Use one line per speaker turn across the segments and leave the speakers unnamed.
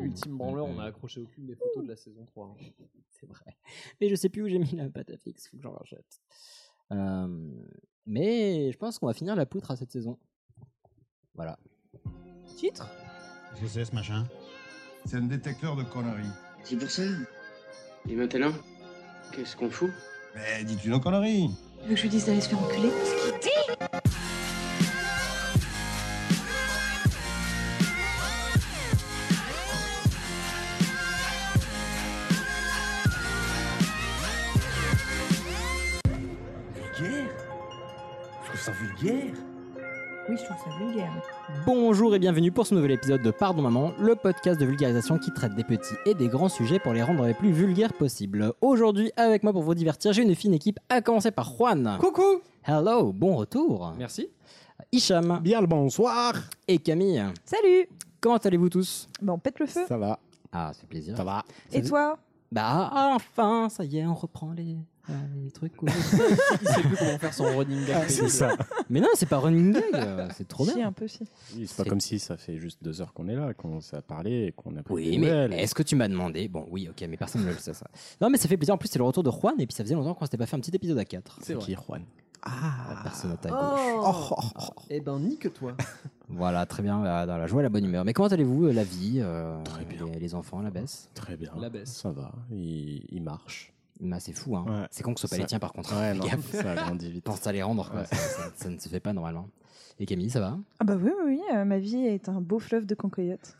Ultime branleur, on a accroché aucune des photos de la saison 3. hein.
C'est vrai. Mais je sais plus où j'ai mis la pâte à fixe, faut que j'en rachète. Euh, mais je pense qu'on va finir la poutre à cette saison. Voilà.
Titre
Qu'est-ce que c'est ce machin
C'est un détecteur de conneries.
C'est pour ça. Et maintenant, qu'est-ce qu'on fout
Mais dis-tu nos conneries
Tu veux que je lui dise d'aller se faire enculer
Vulgaire Je trouve ça vulgaire
Oui, je trouve ça vulgaire.
Bonjour et bienvenue pour ce nouvel épisode de Pardon Maman, le podcast de vulgarisation qui traite des petits et des grands sujets pour les rendre les plus vulgaires possibles. Aujourd'hui, avec moi pour vous divertir, j'ai une fine équipe, à commencer par Juan.
Coucou
Hello, bon retour.
Merci.
Hicham
Bien le bonsoir.
et Camille.
Salut
Comment allez-vous tous
Bon, on pète le feu.
Ça va,
Ah, c'est plaisir.
ça va.
Et toi
Bah, enfin, ça y est, on reprend les, euh, les trucs. cool.
Il sait plus comment faire son running gag.
C'est ça.
Mais non, c'est pas running gag, euh, c'est trop
Si,
bien.
un peu si.
Oui, c'est pas
C'est-
comme si ça fait juste deux heures qu'on est là, qu'on s'est parlé et qu'on a pris
Oui,
des
mais
nouvelles.
est-ce que tu m'as demandé Bon, oui, ok, mais personne ne le sait ça. Non, mais ça fait plaisir. En plus, c'est le retour de Juan, et puis ça faisait longtemps qu'on s'était pas fait un petit épisode à 4.
C'est vrai.
qui, Juan
Ah, personne à ta gauche.
Oh,
Eh ben, nique toi.
Voilà, très bien, bah, dans la joie et la bonne humeur. Mais comment allez-vous euh, La vie, euh,
Très bien.
Les, les enfants, la baisse
Très bien.
La baisse.
Ça va, il, il marche.
Bah, C'est fou, hein.
Ouais.
C'est con que ce soit pas les
Ça-
tiens, par contre.
Ouais,
Fais
non,
gaffe.
ça grandit vite.
Pense à les rendre, quoi.
Ouais.
Ça, ça- ça ne se fait pas normalement. Et Camille, ça va
Ah bah oui, oui, oui, euh, ma vie est un beau fleuve de concoyotes.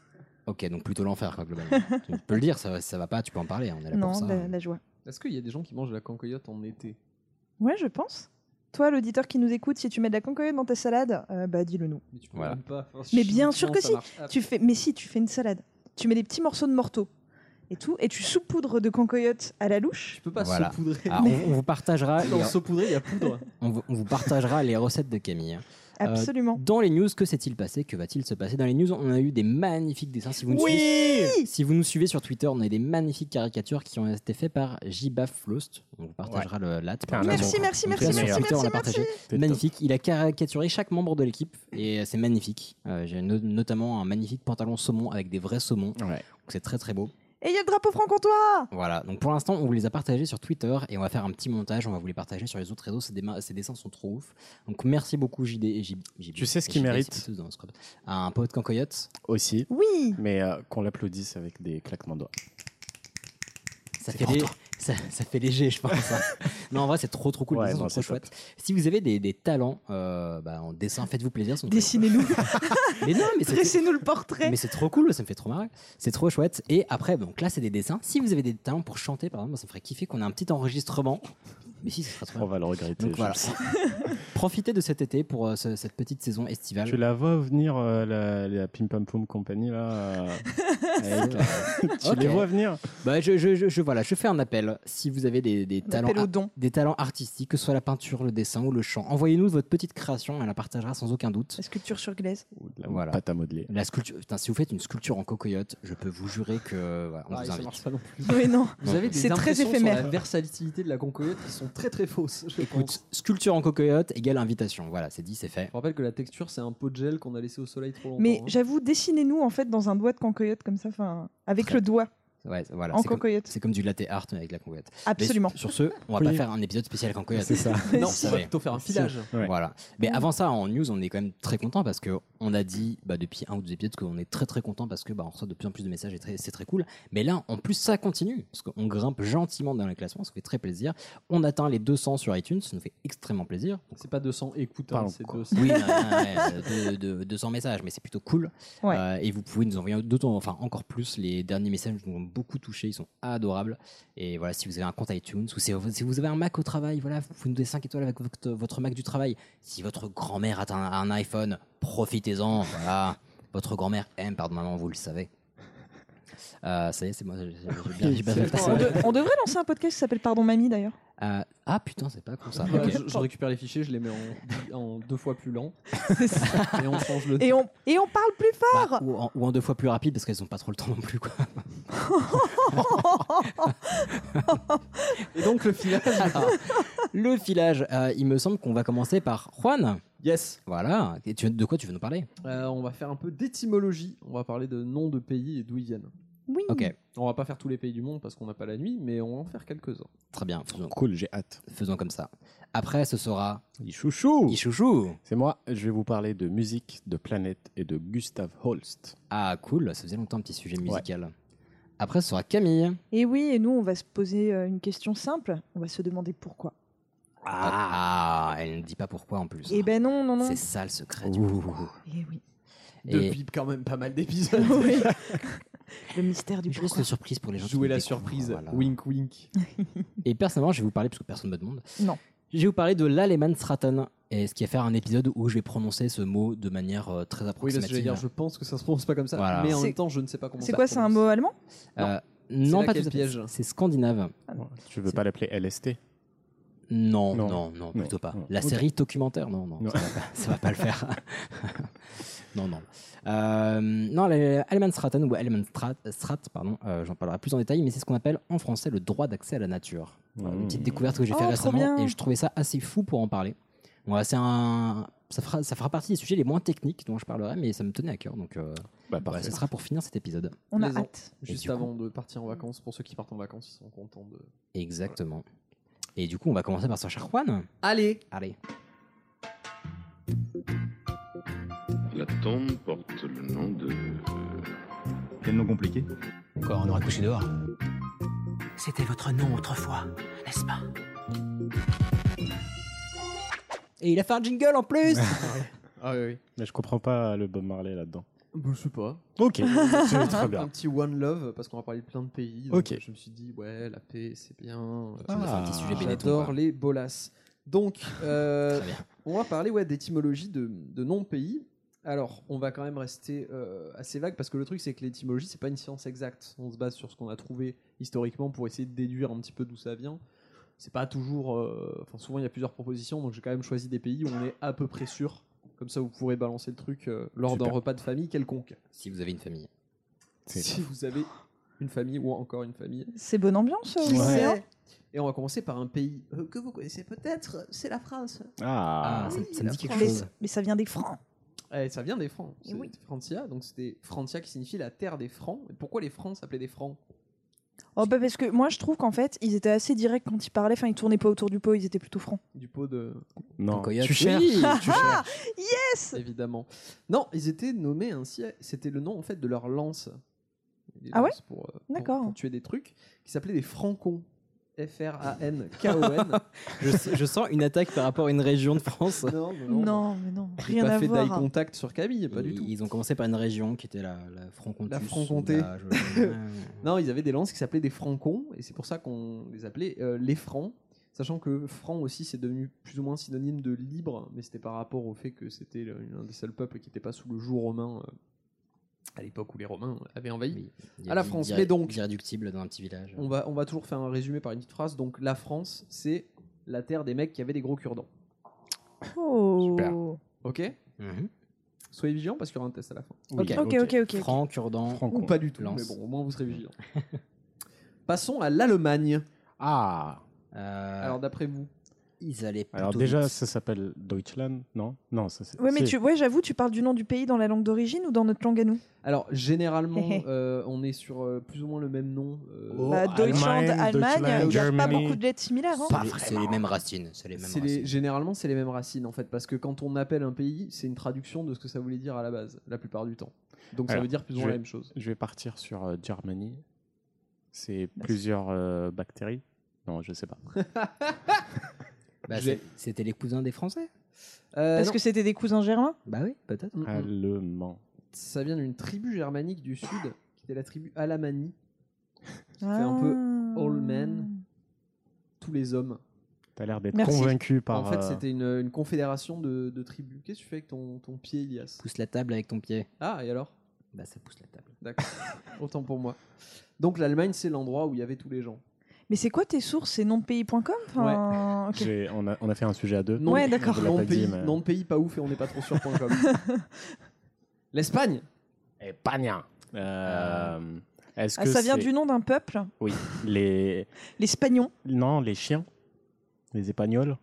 Ok, donc plutôt l'enfer, quoi, globalement. tu peux le dire, ça, ça va pas, tu peux en parler, hein, on est là
Non,
pour ça.
la, la joie.
Est-ce qu'il y a des gens qui mangent de la cancoyote en été
Ouais, je pense. Toi, l'auditeur qui nous écoute, si tu mets de la cancoyote dans ta salade, euh, bah dis-le nous.
Mais tu peux
Voilà.
même pas. Enfin,
Mais bien sûr
chimiquement,
que
ça
si.
marche Ah, ab-
Tu fais, mais si, tu fais une salade. Tu mets des petits morceaux de morteau et tout, et tu saupoudres de cancoyote à la louche.
Tu peux pas
Voilà.
saupoudrer.
Ah, on, on vous partagera les,
Dans saupoudrer, il y a poudre.
on, vous- on vous partagera les recettes de Camille. Euh,
Absolument.
Dans les news, que s'est-il passé Que va-t-il se passer Dans les news, on a eu des magnifiques dessins. Si vous nous, suivez,
Oui
si vous nous suivez sur Twitter, on a eu des magnifiques caricatures qui ont été faites par Jibaf Flost. On vous partagera le lat.
Ah,
merci, merci,
bon. Donc,
merci,
là,
merci,
sur
merci,
Twitter, on
merci,
l'a partagé.
T'es
Magnifique. Il a caricaturé chaque membre de l'équipe et euh, c'est magnifique. Euh, J'ai no- notamment un magnifique pantalon saumon avec des vrais saumons.
top. Ouais.
Donc c'est très très beau.
Et il y a le drapeau franc-comtois
Voilà, donc pour l'instant, on vous les a partagés sur Twitter et on va faire un petit montage, on va vous les partager sur les autres réseaux, ces, déma- ces dessins sont trop ouf. Donc merci beaucoup JD et JB.
Tu sais
et
ce qu'il
JB,
mérite
c'est tous dans le scrub. Un pote cancoyote,
Aussi,
Oui
mais euh, qu'on l'applaudisse avec des claquements de doigts.
ça
C'est
fait,
pour
lé-
toi.
ça, ça fait léger, je pense. hein. non, en vrai, c'est trop trop cool,
Ouais,
les dessins
non,
sont trop
c'est top.
chouettes. Si vous avez des, des talents euh, bah, en dessin, faites-vous plaisir. c'est trop
Dessinez-nous,
cool. Mais non, mais c'est-
dressez-nous le portrait
Mais c'est trop cool, ça me fait trop marrer. C'est trop chouette. Et après, donc là, c'est des dessins. Si vous avez des talents pour chanter, par exemple, moi, ça me ferait kiffer qu'on ait un petit enregistrement. Mais si, ce serait trop
On
bien.
va le regretter.
Ah. Donc
je
voilà.
le sais.
Profitez de cet été pour euh, ce- cette petite saison estivale.
Tu la vois venir, euh, la, la Pim Pam Poum Company, là euh, avec, euh, Tu
Ok.
les vois venir
Bah, je, je, je- je- voilà, je fais un appel. Si vous avez des, des
Un
talents,
appel au
ar-
don.
des talents artistiques, que ce soit la peinture, le dessin ou le chant, envoyez-nous votre petite création. Elle la partagera sans aucun doute.
La sculpture sur glaise.
Ou de la
Voilà.
pâte à modeler.
La sculpture. Putain, si vous faites une sculpture en cocoyote, je peux vous jurer que euh, voilà, on
Ah,
vous
ça marche
invite.
pas non plus.
Oui, non.
Vous avez des
C'est très
impressions sur
éphémère.
la versatilité de la cancoyote qui sont très très fausses. Je pense.
Écoute, sculpture en cocoyote égale invitation. Voilà, c'est dit, c'est fait.
Je rappelle que la texture, c'est un pot de gel qu'on a laissé au soleil trop longtemps.
Mais
hein.
j'avoue, dessinez-nous en fait dans un doigt de cancoyote comme ça, enfin, avec
Très-
le doigt
Ouais, voilà.
en
c'est comme,
cancoyote.
c'est comme du latte art mais avec la cocoyote. Mais
Absolument.
sur- Sur ce, on va
Oui.
pas faire un épisode spécial cancoyote.
C'est ça.
Mais
Non,
si.
on va plutôt faire un filage.
Ouais.
Voilà. Mais
Mm.
avant ça, en news, on est quand même très content parce que on a dit bah, depuis un ou deux épisodes qu'on est très très content parce que bah, on reçoit de plus en plus de messages et très- c'est très cool. Mais là, en plus, ça continue parce qu'on grimpe gentiment dans les classements, ça fait très plaisir. On atteint les 200 sur iTunes, ça nous fait extrêmement plaisir.
C'est pas 200 écoutes, hein,
Pardon,
c'est
quoi.
200.
Oui, de, de- 200 messages, mais c'est plutôt cool.
Ouais.
Euh, et vous pouvez nous envoyer d'autant, enfin encore plus. Les derniers messages nous ont beaucoup touchés, ils sont adorables. Et voilà, si vous avez un compte iTunes ou si si vous avez un Mac au travail, voilà, vous pouvez nous donner 5 étoiles avec votre, votre Mac du travail. Si votre grand-mère a un, un iPhone, profitez-en. Voilà. Votre grand-mère aime, pardon maman, vous le savez. Euh, ça y est, c'est moi. j'ai- j'ai bien- j'ai bien fait le
On,
passage.
de- on devrait lancer un podcast qui s'appelle Pardon Mamie d'ailleurs.
Euh, ah putain, c'est pas con ça.
Voilà,
Ok.
je, je récupère les fichiers, je les mets en, en deux fois plus lent et on change le.
Et on, et on parle plus
Bah,
fort
ou, en, ou en deux fois plus rapide parce qu'elles ont pas trop le temps non plus quoi.
Et donc le filage.
Alors, le filage, euh, il me semble qu'on va commencer par Juan.
Yes.
Voilà. Et tu, de quoi tu veux nous parler
Euh, on va faire un peu d'étymologie. On va parler de noms de pays et d'où ils viennent.
Oui.
Ok,
On va pas faire tous les pays du monde parce qu'on n'a pas la nuit, mais on va en faire quelques-uns.
très bien. Faisons,
Cool, j'ai hâte.
faisons comme ça. Après, ce sera
Il chouchou
Ichouchou.
C'est moi, je vais vous parler de musique, de planète et de Gustav Holst.
Ah, cool. Ça faisait longtemps un petit sujet musical. Après, ce sera Camille.
Et oui, et nous, on va se poser euh, une question simple. On va se demander pourquoi.
Ah, elle ne dit pas pourquoi en plus.
Eh ben non, non, non.
C'est ça le secret du
Ouh.
pourquoi.
Eh oui.
Et
Depuis quand même pas mal d'épisodes.
Oui. Le mystère du
je laisse
pourquoi.
une surprise pour les gens. qui
Jouer
nous
la
découvrent,
surprise.
voilà.
Wink wink.
Et personnellement, je vais vous parler, parce que personne ne me demande.
Non.
Je vais vous parler de l'Aleman Straten. Et ce qui va faire un épisode où je vais prononcer ce mot de manière euh, très
Oui, parce que
approximative.
j'allais dire, je pense que ça se prononce pas comme ça,
Voilà.
mais en
C'est-
même temps, je ne sais pas comment
C'est
ça
quoi,
se
c'est un
prononce.
mot allemand
Euh,
C'est
non,
là
pas
qu'est
tout
le
à fait.
piège.
C'est scandinave.
Ah Tu veux pas l'appeler LST
Non, non,
Non.
non, plutôt pas.
non.
La
Ok.
série documentaire, non, non,
Non.
Ça, va pas, ça va pas le faire. non, non. Euh, non, Straten ou Allemansstrat, Strat, pardon, euh, j'en parlerai plus en détail, mais c'est ce qu'on appelle en français le droit d'accès à la nature. Voilà, Une
Mmh.
petite découverte que j'ai
Oh,
faite
trop
récemment
bien.
et je trouvais ça assez fou pour en parler. Voilà, c'est un. Ça fera, ça fera partie des sujets les moins techniques dont je parlerai, mais ça me tenait à cœur. Donc, euh,
Bah
voilà, ce
parfait.
sera pour finir cet épisode.
On a
Plaisant.
hâte.
Et
Juste
du
avant de partir en vacances, pour ceux qui partent en vacances, ils sont contents de.
Exactement. Et du coup, on va commencer par Sacha Juan.
Allez
Allez.
La tombe porte le nom de.
Quel nom compliqué
Encore, on aura couché dehors.
C'était votre nom autrefois, n'est-ce pas
Et il a fait un jingle en plus
Ah oui, oui.
Mais je comprends pas le Bob Marley là-dedans.
Bah, je sais pas.
Ok, c'est très
Un
bien.
petit One Love, parce qu'on va parler de plein de pays. donc
Ok.
Je me suis dit, ouais, la paix, c'est bien.
On va faire un petit sujet Ah, Benetton,
Ah, J'adore
quoi.
les bolas. Donc, euh,
Très bien.
on va parler ouais, d'étymologie de, de noms de pays. Alors, on va quand même rester euh, assez vague parce que le truc, c'est que l'étymologie, c'est pas une science exacte. On se base sur ce qu'on a trouvé historiquement pour essayer de déduire un petit peu d'où ça vient. C'est pas toujours. euh, Enfin, souvent, il y a plusieurs propositions, donc j'ai quand même choisi des pays où on est à peu près sûr. Comme ça, vous pourrez balancer le truc euh, lors d'un
Super.
repas de famille quelconque.
Si vous avez une famille.
C'est-
Si vous avez une famille ou encore une famille.
C'est bonne ambiance, euh,
Qui
Ouais.
lycéen
sait Et on va commencer par un pays euh, que vous connaissez peut-être, c'est la France.
Ah,
Ah, ça,
oui,
ça me
la
dit quelque
mais,
chose.
mais ça vient des francs.
Eh, ça vient des Francs.
Et
C'est
oui.
Francia, donc c'était Francia qui signifie la terre des Francs. Et pourquoi les Francs s'appelaient des Francs
Oh bah parce que moi je trouve qu'en fait ils étaient assez directs quand ils parlaient, enfin ils tournaient pas autour du pot, ils étaient plutôt francs.
Du pot de.
non.
Coyote.
Tu cherches
Oui.
tu cherches.
Évidemment. Non, ils étaient nommés ainsi. C'était le nom en fait de leur lance. Des
Ah ouais
lances pour, euh, pour-
D'accord.
pour tuer des trucs, qui s'appelaient des Francons. F-R-A-N-K-O-N.
Je, je sens une attaque par rapport à une région de France.
non,
Non, mais non,
J'ai
rien
pas
à
fait d'eye
voir.
contact sur Camille, pas du
Ils-
tout.
Ils ont commencé par une région qui était la, la Franc-Comté.
La Franc-Comté. Non, ils avaient des lances qui s'appelaient des francons, et c'est pour ça qu'on les appelait euh, les francs, sachant que franc aussi c'est devenu plus ou moins synonyme de libre, mais c'était par rapport au fait que c'était le- l'un des seuls peuples qui n'était pas sous le joug romain euh, à l'époque où les Romains avaient envahi. À la France, mais donc-
Irréductible dans un petit village.
On va, on va toujours faire un résumé par une petite phrase. Donc la France, c'est la terre des mecs qui avaient des gros cure-dents.
Super.
Oh.
Ok
Mhm.
Soyez vigilants parce qu'il y aura un test à la fin.
Ok.
Ok, ok, ok. ok.
Franc, Cure-Dent.
Ou pas du tout,
Lance.
mais bon, au moins vous serez vigilants. Passons à l'Allemagne.
Ah,
Euh,
Alors d'après vous,
ils allaient plutôt
alors déjà,
vite.
ça s'appelle Deutschland, non Non, ça c'est.
Ouais, mais
si.
tu, ouais, j'avoue, tu parles du nom du pays dans la langue d'origine ou dans notre langue à nous
Alors, généralement,
Hé hé.
euh, on est sur euh, plus ou moins le même nom. euh,
Oh,
bah, Deutschland,
Allemagne,
Allemagne,
Deutschland,
il y a pas
Germany.
beaucoup de lettres similaires. hein.
C'est les- C'est les mêmes racines. C'est les mêmes
c'est les-
racines.
généralement, c'est les mêmes racines, en fait, parce que quand on appelle un pays, c'est une traduction de ce que ça voulait dire à la base, la plupart du temps. Donc, ça
Alors,
veut dire plus ou
je
moins la
vais-
même chose.
Je vais partir sur euh, Germany. C'est plusieurs euh, bactéries. Non, je sais pas.
Bah,
J'ai-
c'est- C'était les cousins des Français
Euh,
Parce
non.
que c'était des cousins germains
Bah oui, peut-être.
Mm, mm.
Ah, Allemand.
Ça vient d'une tribu germanique du sud, qui était la tribu Alamani, qui fait un peu
Ah.
all men. tous les hommes.
T'as l'air d'être
Merci.
convaincu par.
en fait,
euh,
c'était une, une confédération de, de tribus. Qu'est-ce que tu fais avec ton, ton pied, Elias
Pousse la table avec ton pied.
Ah, et alors
Bah ça pousse la table.
D'accord. Autant pour moi. Donc, l'Allemagne, c'est l'endroit où il y avait tous les gens.
Mais c'est quoi tes sources C'est nomdepays.com enfin, ok.
j'ai- on, a, on a fait un sujet à deux.
Non,
Ouais, d'accord.
On l'a
Nom de
pas
pays,
dit, mais-
nom de pays pas ouf et on n'est pas trop sûr.com. L'Espagne
Espagne. Eh, Euh, Est-ce
Ah,
que
ça vient
c'est-
du nom d'un peuple,
Oui. Les
les Spagnons.
non les chiens, les Espagnols.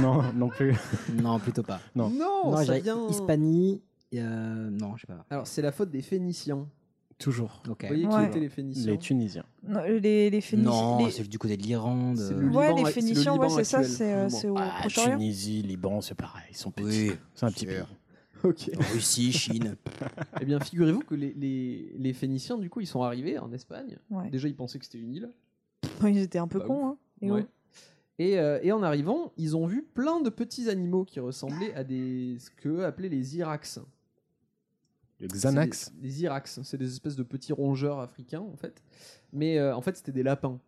Non, non plus.
Non, plutôt pas.
Non.
Non,
non,
Oh, ça
j'avais
vient.
Hispanie. euh, non, je sais pas.
Alors, c'est la faute des Phéniciens.
Toujours.
Ok.
Vous voyez qui
Ouais.
étaient les Phéniciens
Les Tunisiens.
Non, les, les Phéniciens.
non,
les-
c'est du côté de euh, l'Iran. de-
C'est le Liban,
Ouais, les
c'est le
Phéniciens, ouais,
Liban
c'est ça,
actuel, bah,
c'est euh,
plus ou
c'est au
Ah,
Proche-Orient.
Tunisie, Liban, c'est pareil. Ils sont petits.
Oui,
C'est un petit pays.
sûr.
Ok.
Russie, Chine.
Eh bien, figurez-vous que les, les, les Phéniciens, du coup, ils sont arrivés en Espagne.
Ouais.
Déjà, ils pensaient que c'était une île.
Enfin, ils étaient un peu
Bah,
cons. Hein. Et
Ouais.
ouais.
Et, euh, et en arrivant, ils ont vu plein de petits animaux qui ressemblaient à des ce que eux appelaient les irax.
Le
C'est
Xanax.
des- Les irax, c'est des espèces de petits rongeurs africains en fait. Mais euh, en fait, c'était des lapins.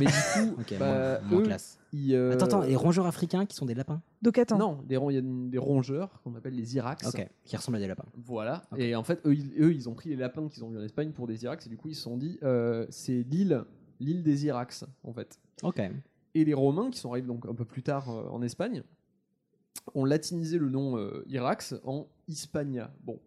Mais du coup,
Ok,
bah,
moins, moins
eux,
classe.
ils, euh,
Attends, attends, les rongeurs africains qui sont des lapins
Donc attends.
Non, des ron- il y a des rongeurs qu'on appelle les irax.
Ok, qui ressemblent à des lapins.
Voilà.
Ok.
Et en fait, eux ils, eux, ils ont pris les lapins qu'ils ont vus en Espagne pour des irax et du coup, ils se sont dit, euh, c'est l'île, l'île des irax en fait.
Ok.
Et les Romains, qui sont arrivés donc un peu plus tard euh, en Espagne, ont latinisé le nom euh, Irax en Hispania. Bon,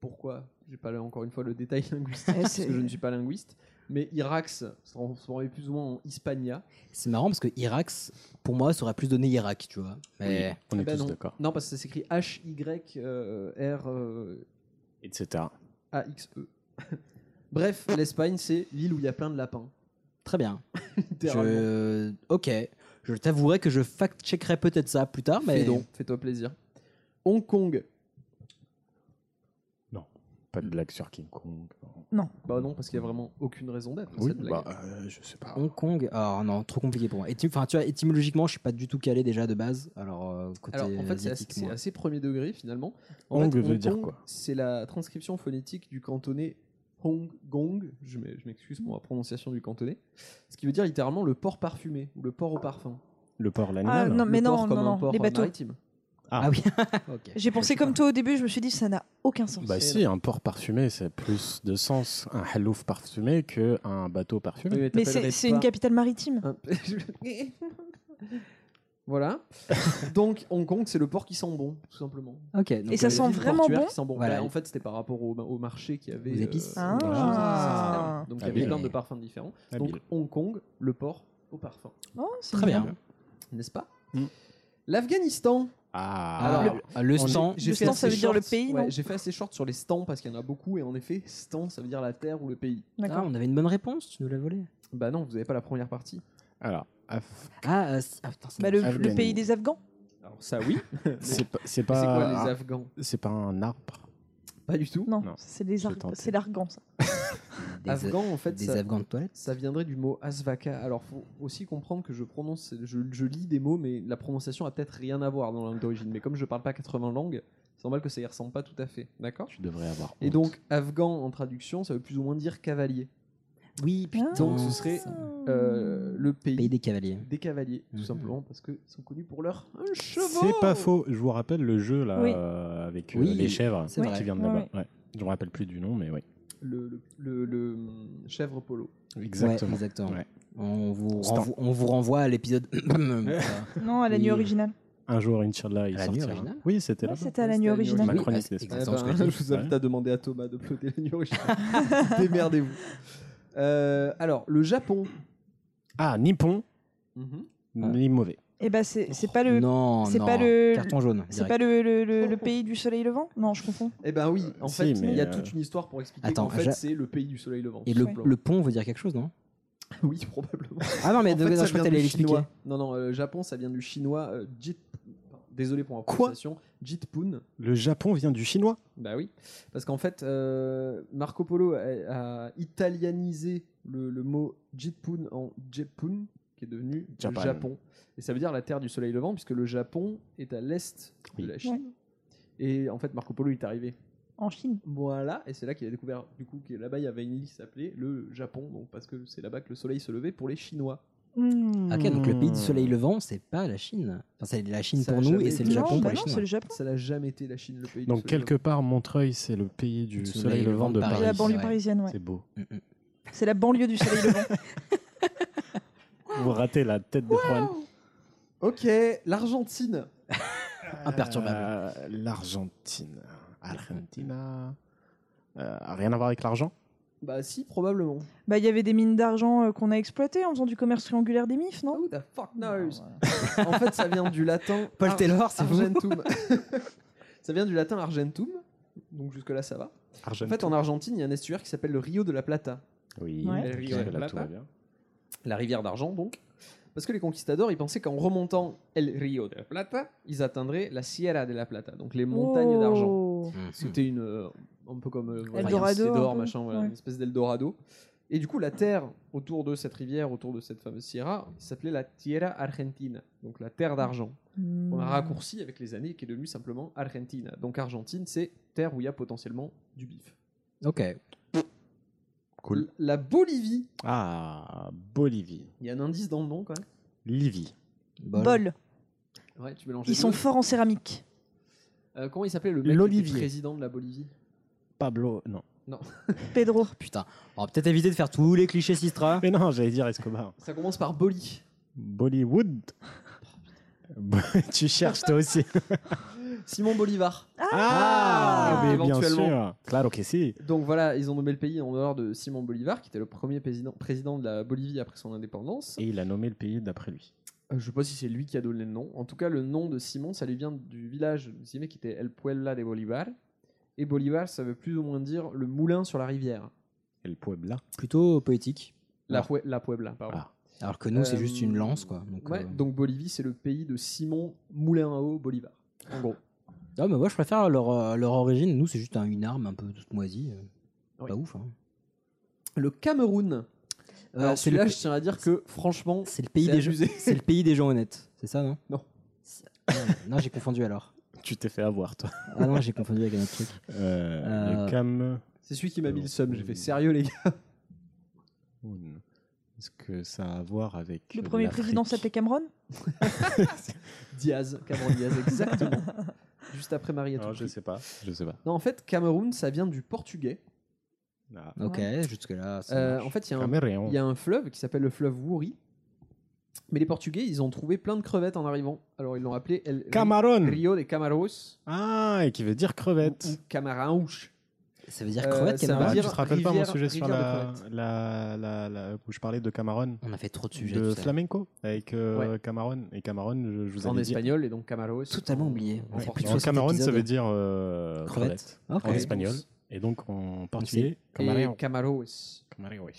pourquoi J'ai pas là, encore une fois le détail linguistique,
Eh,
parce
c'est-
que je ne suis pas linguiste. Mais Irax se transformait plus ou moins en Hispania.
C'est marrant parce que Irax, pour moi, ça aurait plus donné Irak, tu vois. Mais
On
Eh
Ah
est
bah
ben
tous
non.
d'accord.
Non, parce que ça s'écrit H-Y-R-A-X-E.
Etc.
E. Bref, l'Espagne, c'est l'île où il y a plein de lapins.
très bien.
Littéralement.
Je... Ok. Je t'avouerai que je fact-checkerai peut-être ça plus tard, mais
Fais donc, fais-toi plaisir. Hong Kong.
Pas de blague sur King Kong. non.
Bah non, parce qu'il y a vraiment aucune raison d'être.
Oui,
cette blague.
bah, euh, je sais pas.
Hong Kong, oh non, trop compliqué pour moi. Étym- Enfin, tu vois, étymologiquement, je suis pas du tout calé déjà de base. Alors, euh, côté
Alors en fait, c'est assez,
asiatique,
c'est
moi.
assez premier degré finalement. En
Hong
fait,
veut dire
Kong,
quoi
C'est la transcription phonétique du cantonais Hong Gong. Je m'e- je m'excuse pour ma prononciation du cantonais. Ce qui veut dire littéralement le port parfumé ou le port au parfum.
Le port,
Ah,
l'animal.
non,
Le
mais
port
non,
comme
non,
un
non,
port
les
euh,
bateaux.
maritime.
Ah oui, ok.
J'ai pensé comme toi au début, je me suis dit, ça n'a aucun sens.
Bah si, un port parfumé, c'est plus de sens un halouf parfumé que un bateau parfumé.
Mais c'est c'est une capitale maritime.
capitale. Hein. voilà. Donc Hong Kong, c'est le port qui sent bon, tout simplement.
Ok, donc,
Et ça
euh,
sent
ville
vraiment
portuaire
bon
qui sent bon.
Voilà.
Bah, en fait, c'était par rapport au, au marché qu'il y avait. euh,
Aux épices.
dans les
Ah.
choses, etc. Donc il y avait
Habile.
plein de parfums différents.
Habile.
Donc Hong Kong, le port au parfum,
Oh,
Ah,
c'est
Très bien.
n'est-ce pas
Mm.
L'Afghanistan.
Ah,
Alors,
Ah, le
On-
sang.
j'ai
Le
fait
stand,
assez
ça veut dire
short-
le pays,
ouais,
non
J'ai fait assez short sur les stands parce qu'il y en a beaucoup et en effet, stand ça veut dire la terre ou le pays.
Ah,
D'accord.
on avait une bonne réponse, tu nous l'as volé.
Bah non, vous n'avez pas la première partie.
alors Af-
Ah, euh, si- ah, putain, c'est
Bah, le,
Afghani.
le pays des Afghans
Alors ça oui. Mais
c'est
c'est
pas, c'est
quoi
pas-
les Afghans
c'est pas un arbre.
Pas du tout.
Non,
Bah, Non,
c'est des
j'ai
Ar-
tenté.
c'est l'argan, ça.
des, euh,
Afghans en fait
des
ça,
Afghans de toilette.
ça viendrait du mot asvaka. Alors faut aussi comprendre que je prononce, je, je lis des mots mais la prononciation a peut-être rien à voir dans la langue d'origine. Mais comme je parle pas 80 langues, c'est normal que ça y ressemble pas tout à fait. D'accord
Tu devrais avoir.
Et
honte.
donc, afghan en traduction, ça veut plus ou moins dire cavalier.
Oui, putain.
Ah.
Donc, ce serait Euh, le pays,
Pays des
des...
cavaliers.
cavaliers, tout
Mhm.
simplement, parce qu'ils sont connus pour leurs euh, chevaux.
c'est pas faux. Je vous rappelle le jeu là
Oui.
euh, avec euh,
Oui,
les chèvres
c'est
qui
vrai.
viennent de
Ouais,
là-bas. Ouais. Je me rappelle plus du nom, mais oui.
Le, le, le- le, hum, chèvre polo.
Ouais,
Exactement.
exactement.
Ouais.
On, vous
Stand.
renvoie, on vous renvoie à l'épisode. Euh,
Non, à la nuit
Oui.
originale.
Un jour, Inch'Allah, il
À la nuit
sortira.
originale
Oui, c'était
Ouais,
là.
C'était à la
Ouais,
nuit
c'était à la nuit
originale.
Ma
Oui,
chronique
ah, c'est
d'espace.
Eh
exactement ce que
ben,
je dis.
je vous invite à demander à Thomas de ploter la nuit originale. Démerdez-vous. Euh, alors, le Japon.
Ah, Nippon,
Mhm.
ni mauvais.
Et bah, c'est c'est pas le.
Oh, Non,
c'est
non.
pas le-
Carton jaune.
C'est
direct.
pas le, le, le, le pays du soleil levant Non, je confonds.
Eh ben oui, en
si,
fait,
mais,
il y a
euh,
toute une histoire pour expliquer
Attends,
qu'en fait,
Ja-
c'est le pays du soleil levant.
Et le,
tout simplement.
le pont veut dire quelque chose, non
Oui, probablement.
Ah non, mais
En
de-
fait,
non,
ça
je crois
vient
que t'allais
du
l'expliquer.
chinois. Non, non, euh, Japon, ça vient du chinois euh, Jit. Désolé pour ma
Quoi
prononciation. Jitpun.
Le Japon vient du chinois.
Bah oui. Parce qu'en fait, euh, Marco Polo a, a italianisé le, le mot Jitpun en Jepun, qui est devenu le
Japan.
Japon. Et ça veut dire la terre du soleil levant, puisque le Japon est à l'est
Oui.
de la Chine. Et en fait, Marco Polo est arrivé.
En Chine.
Voilà, et c'est là qu'il a découvert, du coup, que là-bas, il y avait une île qui s'appelait le Japon, donc parce que c'est là-bas que le soleil se levait pour les Chinois.
Hmm.
Ok, donc le pays du soleil levant, c'est pas la Chine. Enfin, c'est la Chine
Ça
pour
a
nous
jamais
et c'est
été.
le Japon pour
Non, bah
les
non, c'est
Chinois.
le Japon.
Ça n'a jamais été la Chine, le pays
Donc,
du soleil
quelque part, Montreuil, c'est le pays du
Soleil
soleil levant de Paris.
La banlieue
ouais.
parisienne, ouais.
C'est beau.
C'est la banlieue du soleil levant.
Vous ratez la tête de Juan.
levant. Ok, l'Argentine.
Imperturbable.
Euh, L'Argentine. Argentina. Euh, rien Euh, à voir avec l'argent
Bah si, probablement.
Bah, il y avait des mines d'argent euh, qu'on a exploitées en faisant du commerce triangulaire des MIF, non
Who the fuck knows Ah, En fait, ça vient du latin
Paul
ar-
Taylor, c'est vous.
argentum. ça vient du latin argentum, donc jusque là ça va. En fait, en Argentine, il y a un estuaire qui s'appelle le Rio de la Plata.
Oui,
Ouais.
ok,
Rio de
là,
la
tout va
Plata.
bien.
la rivière d'argent donc, parce que les conquistadors, ils pensaient qu'en remontant El Rio de la Plata, ils atteindraient la Sierra de la Plata, donc les montagnes d'argent.
Oh.
Hmm.
C'était une, euh, un peu comme euh, voilà,
Eldorado,
Cité d'or,
un peu,
machin, voilà,
ouais.
une espèce d'Eldorado. Et du coup, la terre autour de cette rivière, autour de cette fameuse Sierra, s'appelait la Tierra Argentina, donc la terre d'argent.
Hmm.
On a raccourci avec les années qui est devenu simplement Argentina. Donc Argentine, c'est terre où il y a potentiellement du bif.
Ok.
Cool.
La Bolivie,
Ah, Bolivie.
il y a un indice dans le nom quand même.
Livie.
Bol.
Bol.
Ouais, tu mélanges les
Ils sont
deux.
forts en céramique.
Euh, comment il s'appelait le mec qui
L'Olivier.
était président de la Bolivie
Pablo, non.
Pedro.
Putain. On va peut-être éviter de faire tous les clichés Sistra.
Mais non, j'allais dire Escobar.
Ça commence par Boli.
Bollywood. Bo- tu cherches toi aussi.
Simon Bolivar.
Ah, mais bien
Éventuellement.
sûr. Claro que si.
Donc voilà, ils ont nommé le pays en honneur de Simon Bolivar, qui était le premier président, président de la Bolivie après son indépendance.
Et il a nommé le pays d'après lui.
Euh, je sais pas si c'est lui qui a donné le nom. En tout cas, le nom de Simon, ça lui vient du village de Simé qui était El Puebla de Bolivar. Et Bolivar, ça veut plus ou moins dire le moulin sur la rivière.
Et le Puebla.
Plutôt poétique.
La,
Ah.
Pue- la Puebla, pardon.
Ah.
Alors que nous, c'est
Euh,
juste une lance, quoi. Donc,
ouais,
euh,
donc Bolivie, c'est le pays de Simon Moulin à eau Bolivar. En gros.
Ah, mais moi, je préfère leur, euh, leur origine. Nous, c'est juste un- une arme un peu toute moisie. euh,
Oui.
Pas ouf. hein.
Le Cameroun.
Euh,
Alors,
c'est le-
celui-là, je tiens à dire que franchement,
C'est le pays
C'est
des gens.
abusé.
C'est le pays des gens honnêtes. C'est ça, non
Non.
C'est- ah, Non, j'ai confondu alors.
Tu t'es fait avoir, toi.
Ah non, j'ai confondu avec un autre truc.
Euh,
Euh,
Le Cameroun.
c'est celui qui m'a mis le seum. J'ai fait sérieux, les gars.
Est-ce que ça a à voir avec.
Le premier président s'appelait
s'appelle
Cameron
Diaz, Cameron Diaz, exactement. Juste après Marie à tout
Non, je
prix.
sais pas. Je sais pas.
Non, en fait, Cameroun, ça vient du portugais.
Ah.
Ok, jusque-là. ça
Euh,
marche.
en fait, il y, a un-
Cameroun.
il y a un fleuve qui s'appelle le fleuve Wouri. Mais les Portugais, ils ont trouvé plein de crevettes en arrivant. Alors, ils l'ont appelé El Ri-
Cameroun.
Rio de Camaros
Ah, et qui veut dire crevette.
ou Camaraouche.
ça veut dire
euh,
crevette,
ça veut
Cameroun
Ah,
dire-
tu te rappelles pas mon
rivière-
sujet sur
rivière de
la,
crevettes.
la, la, la- où je parlais de Cameroun
On a fait trop de sujets.
de
tout ça.
flamenco avec euh, Cameroun et Cameroun je, je vous
En
avais dit
espagnol, et donc Camaros.
Totalement oublié.
en
Ouais,
portugais.
plus de
en
sur cet
Cameroun ça
épisode.
veut dire euh, crevette
Crevette. Ok.
en espagnol et donc en portugais
Et
Cameroun
Camaros.
Cameroun, ouais.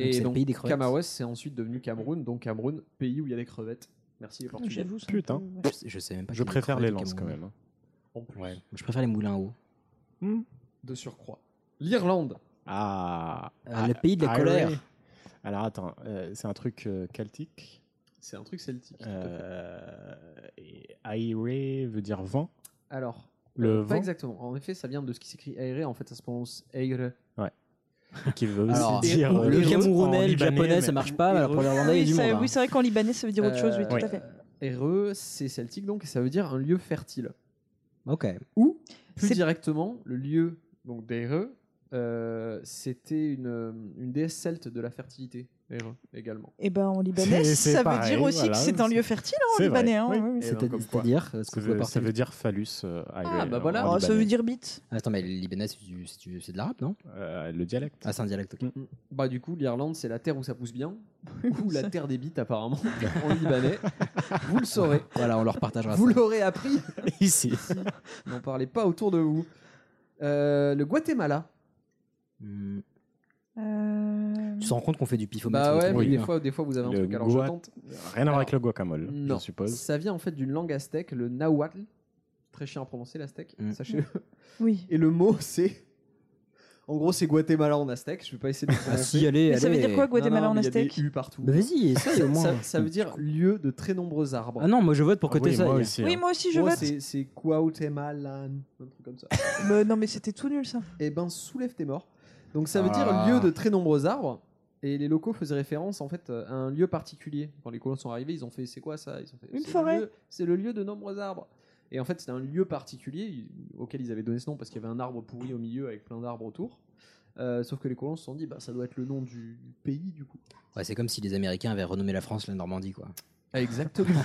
Ah, Donc, c'est
Et
le
donc,
pays des crevettes.
Camaros, c'est ensuite devenu Cameroun. Donc, Cameroun, pays où il y a des crevettes. Merci
Ah,
les Portugais.
J'avoue. c'est un
Putain.
peu- ouais.
Je sais- Je sais même pas.
je
qu'il y a
préfère les
crevette au
lances quand
Cameroun.
même hein.
En plus,
Ouais.
Je préfère les moulins à eau.
de surcroît. L'Irlande.
ah,
Euh,
Ah,
le pays de la
Irish.
colère.
alors attends euh, c'est un truc euh, celtique
C'est un truc celtique. tout à fait.
euh, et aire veut dire vent
Alors,
le
euh, pas
vent
exactement. En effet, ça vient de ce qui s'écrit aéré. En fait, ça se prononce aigre.
qui veut aussi
Alors,
dire
ou
euh,
le
en
Camerounais, le
libanais,
Japonais, ça
mais-
marche pas. mais Alors pour l'Irlandais,
oui,
il y a du
ça-
monde.
oui,
hein.
c'est vrai qu'en libanais, ça veut dire autre
Euh,
chose, oui, tout à fait.
Aireux, c'est celtique, donc et ça veut dire un lieu fertile.
Ok.
Plus
C'est-
directement, le lieu donc d'Aireux, c'était une, euh, une déesse celte de la fertilité. Aireux également.
Et ben en libanais,
C'est- c'est
ça
pareil,
veut dire aussi
voilà,
que c'est un
c'est-
lieu fertile en
C'est vrai,
libanais. hein,
oui.
oui, oui.
Et alors,
C'est-
comme quoi.
C'est-à-dire euh, ce
Ça
que vous
veut, ça
apporter.
veut dire phallus. euh,
Ah,
Irish,
bah
en
voilà.
libanais.
Oh, ça veut dire bite.
Ah, Attends, mais le Libanais, c'est du- c'est du- c'est de l'arabe, non
Euh, le dialecte.
Ah, c'est un dialecte. ok.
Bah du coup, l'Irlande, c'est la terre où ça pousse bien, ou la terre des bites apparemment en libanais. Vous le saurez.
Voilà, on leur partagera
Vous
ça.
l'aurez appris.
Ici.
N'en parlez pas autour de vous. Euh, le Guatemala.
Hmm.
Euh,
Tu te rends compte qu'on fait du pifomètre on
Bah
est
ouais,
trop
mais
nul,
des
hein.
fois, des fois, vous avez un
Le
truc. Alors,
Guat-
je tente.
Rien à voir avec le guacamole,
Non.
je suppose.
Ça vient en fait d'une langue aztèque, le nahuatl. Très chiant à prononcer l'aztèque,
Mm.
sachez-le.
Oui.
Et le mot c'est. En gros, c'est Guatemala en aztèque. Je vais pas essayer de le
Ah,
prononcer.
si, allez,
Mais ça veut
allez.
dire quoi, Guatemala
Non, non,
en
mais Il y a
aztèque
des U partout.
Bah vas-y, essaye
ça,
au moins.
ça- ça veut dire lieu de très nombreux arbres.
Ah non, moi je vote pour
Ah
côté
oui,
ça.
moi
il y a-
aussi,
Oui,
hein.
moi aussi, je
Oh,
vote.
c'est- c'est Guatemala, un truc comme ça.
Bah, non, mais c'était tout nul, ça.
Eh ben, soulève tes morts. Donc ça veut
Ah.
dire lieu de très nombreux arbres. Et les locaux faisaient référence en fait à un lieu particulier. Quand les colons sont arrivés, ils ont fait c'est quoi ça Ils ont fait
Une
c'est le
forêt.
lieu- C'est le lieu de nombreux arbres. Et en fait, c'était un lieu particulier il- auquel ils avaient donné ce nom parce qu'il y avait un arbre pourri au milieu avec plein d'arbres autour. Euh, sauf que les colons se sont dit bah ça doit être le nom du, du pays du coup.
Ouais, c'est comme si les Américains avaient renommé la France la Normandie, quoi.
Ah,
exactement.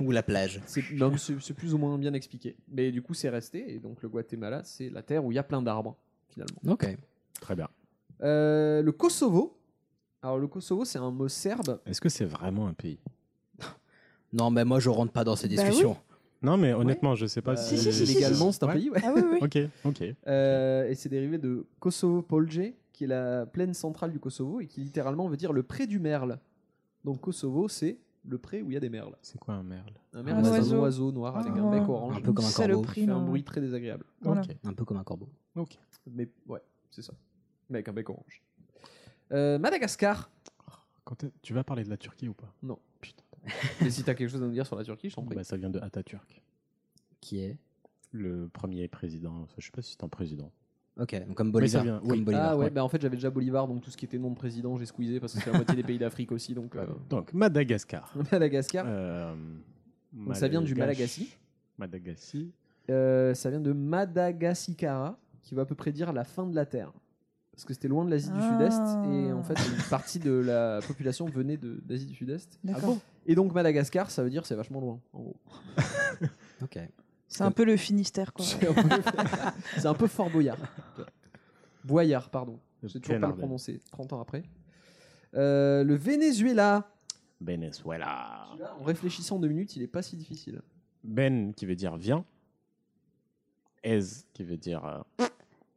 Ou la plage.
c'est non, mais c'est- c'est plus ou moins bien expliqué. Mais du coup, c'est resté et donc le Guatemala, c'est la terre où il y a plein d'arbres finalement.
Ok.
Très bien.
Euh, le Kosovo. Alors, le Kosovo, c'est un mot serbe.
Est-ce que c'est vraiment un pays
Non, mais moi, je rentre pas dans ces
Bah oui.
discussions.
Non, mais honnêtement, je sais pas
Euh,
si.
si, si, si,
légalement, c'est un
Ouais.
pays. ouais.
Ah oui, oui.
Ok, ok.
Euh, et c'est dérivé de Kosovo Polje, qui est la plaine centrale du Kosovo et qui littéralement veut dire le pré du merle. Donc, Kosovo, c'est le pré où il y a des merles.
C'est quoi un merle
Un merle,
Un
c'est un
oiseau.
oiseau noir avec un
Ah.
bec orange.
Un peu comme un corbeau.
Qui fait un bruit très désagréable.
Voilà.
Ok.
Un peu comme un corbeau.
Mais ouais, c'est ça. Mais avec un bec orange. Euh, Madagascar.
Quand t'es- tu vas parler de la Turquie ou pas
Non.
Putain.
Mais si t'as quelque chose à nous dire sur la Turquie, je t'en prie.
Bah, ça vient de Atatürk,
Qui est.
le premier président. Enfin, je sais pas si c'est un président.
Ok, donc comme
Mais ça
Bolivar.
vient, oui.
Comme Bolivar.
ah ouais,
ouais.
bah en fait j'avais déjà Bolivar, donc tout ce qui était nom de président, j'ai squeezé parce que c'est la moitié des pays d'Afrique aussi, donc euh,
Donc, Madagascar.
Madagascar.
Euh,
ça vient du
Malgache-
Malagasy.
Malagasy.
Euh, ça vient de Madagascara, qui veut à peu près dire la fin de la Terre. Parce que c'était loin de l'Asie du
Ah.
Sud-Est, et en fait une partie de la population venait de- d'Asie du Sud-Est. Ah
D'accord.
Et donc Madagascar, ça veut dire c'est vachement loin, en gros.
Ok.
C'est un peu le Finistère, quoi.
C'est un peu- c'est un peu Fort Boyard. Boyard, pardon. Je sais toujours pas le
Glenarvan.
prononcer, 30 ans après. Euh, le Venezuela.
Venezuela.
Ah.
En réfléchissant deux minutes, il est pas si difficile.
Ben qui veut dire viens. Ez qui veut dire euh,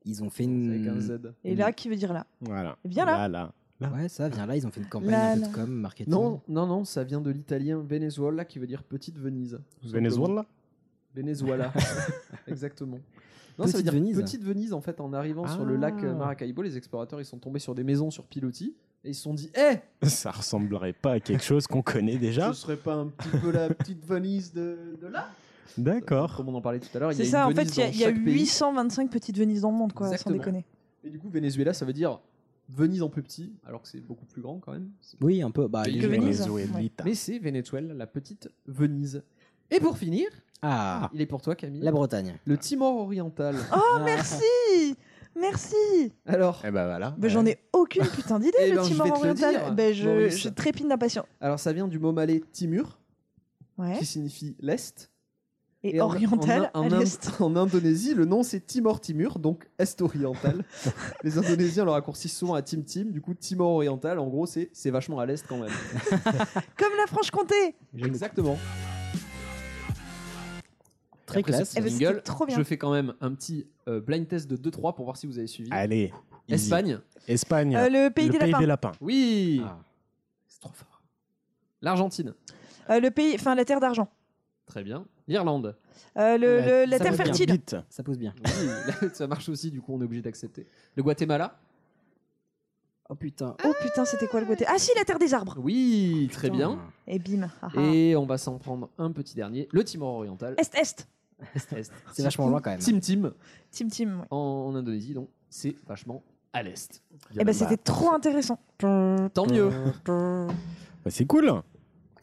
Ils ont fait
Avec un
une.
Z.
Et là, qui veut dire là
voilà.
Viens là.
Là
Ouais, ça vient là, ils ont fait une campagne
Là,
un peu
là.
de com, marketing.
Non, non, non, ça vient de l'italien Venezuela qui veut dire petite Venise.
Venezuela.
Venezuela. Exactement. Non, ça
Petite
veut dire
Venise.
petite Venise en fait en arrivant sur le
Ah.
lac euh, Maracaibo, les explorateurs ils sont tombés sur des maisons sur pilotis et ils se sont dit "Eh,
Ça ressemblerait pas à quelque chose qu'on connaît déjà.
ce serait pas un petit peu la petite Venise de, de là
D'accord.
Comme on en parlait tout à l'heure, il y
C'est
a
ça, en
une
fait,
Venise
il y a,
dans
il y a
chaque pays.
825 petites Venises dans le monde, quoi,
Exactement.
sans déconner.
Et du coup, Venezuela, ça veut dire Venise en plus petit, alors que c'est beaucoup plus grand quand même.
Oui, un peu. Bah,
Que
les-
Venise.
Venezuelita.
Mais c'est Venezuela, la petite Venise. Et pour finir,
Ah,
il est pour toi, Camille.
la Bretagne.
Le Timor oriental.
Oh,
Ah.
merci Merci
Alors,
Eh ben voilà.
Bah, J'en ai aucune putain d'idée,
Eh
le
ben, je
Timor
vais te le
oriental.
dire,
Bah, je,
Maurice.
je trépine d'impatience.
alors ça vient du mot malais Timur,
Ouais.
qui signifie l'est.
Eh. Et,
en-
oriental
en, en,
à
en-
l'est.
en Indonésie, le nom c'est Timor Timur, donc est oriental. Les Indonésiens le raccourcissent souvent à Tim Tim. Du coup, Timor oriental, en gros, c'est c'est vachement à l'est quand même.
Comme la Franche-Comté
Exactement.
Très
Après ce
classe.
petit
Eh ben, c'était
jingle,
trop bien.
Je fais quand même un petit euh, blind test de 2-3 pour voir si vous avez suivi.
Euh, Allez. easy.
Espagne.
Espagne.
hein.
Euh, le pays
le
des
pays
lapins.
des lapins.
Oui.
Ah, c'est trop fort.
L'Argentine.
Euh, le pays, enfin la terre d'argent.
Très bien. L'Irlande.
Euh, le- le- la
ça
terre
va bien.
fertile.
Bite.
Ça pose bien.
Oui, là, ça marche aussi, du coup, on est obligé d'accepter. Le Guatemala.
Oh putain.
Oh putain, c'était quoi le côté Ah si, la terre des arbres.
Oui, très
Putain.
bien.
Et bim. ah, ah.
Et on va s'en prendre un petit dernier. Le Timor oriental.
Est, est.
Est.
C'est vachement loin quand même.
Tim Tim
Tim Tim. ouais.
en, en Indonésie, donc c'est vachement à l'est.
Eh ben
bah,
c'était trop intéressant.
Tant mieux.
Bah, c'est cool.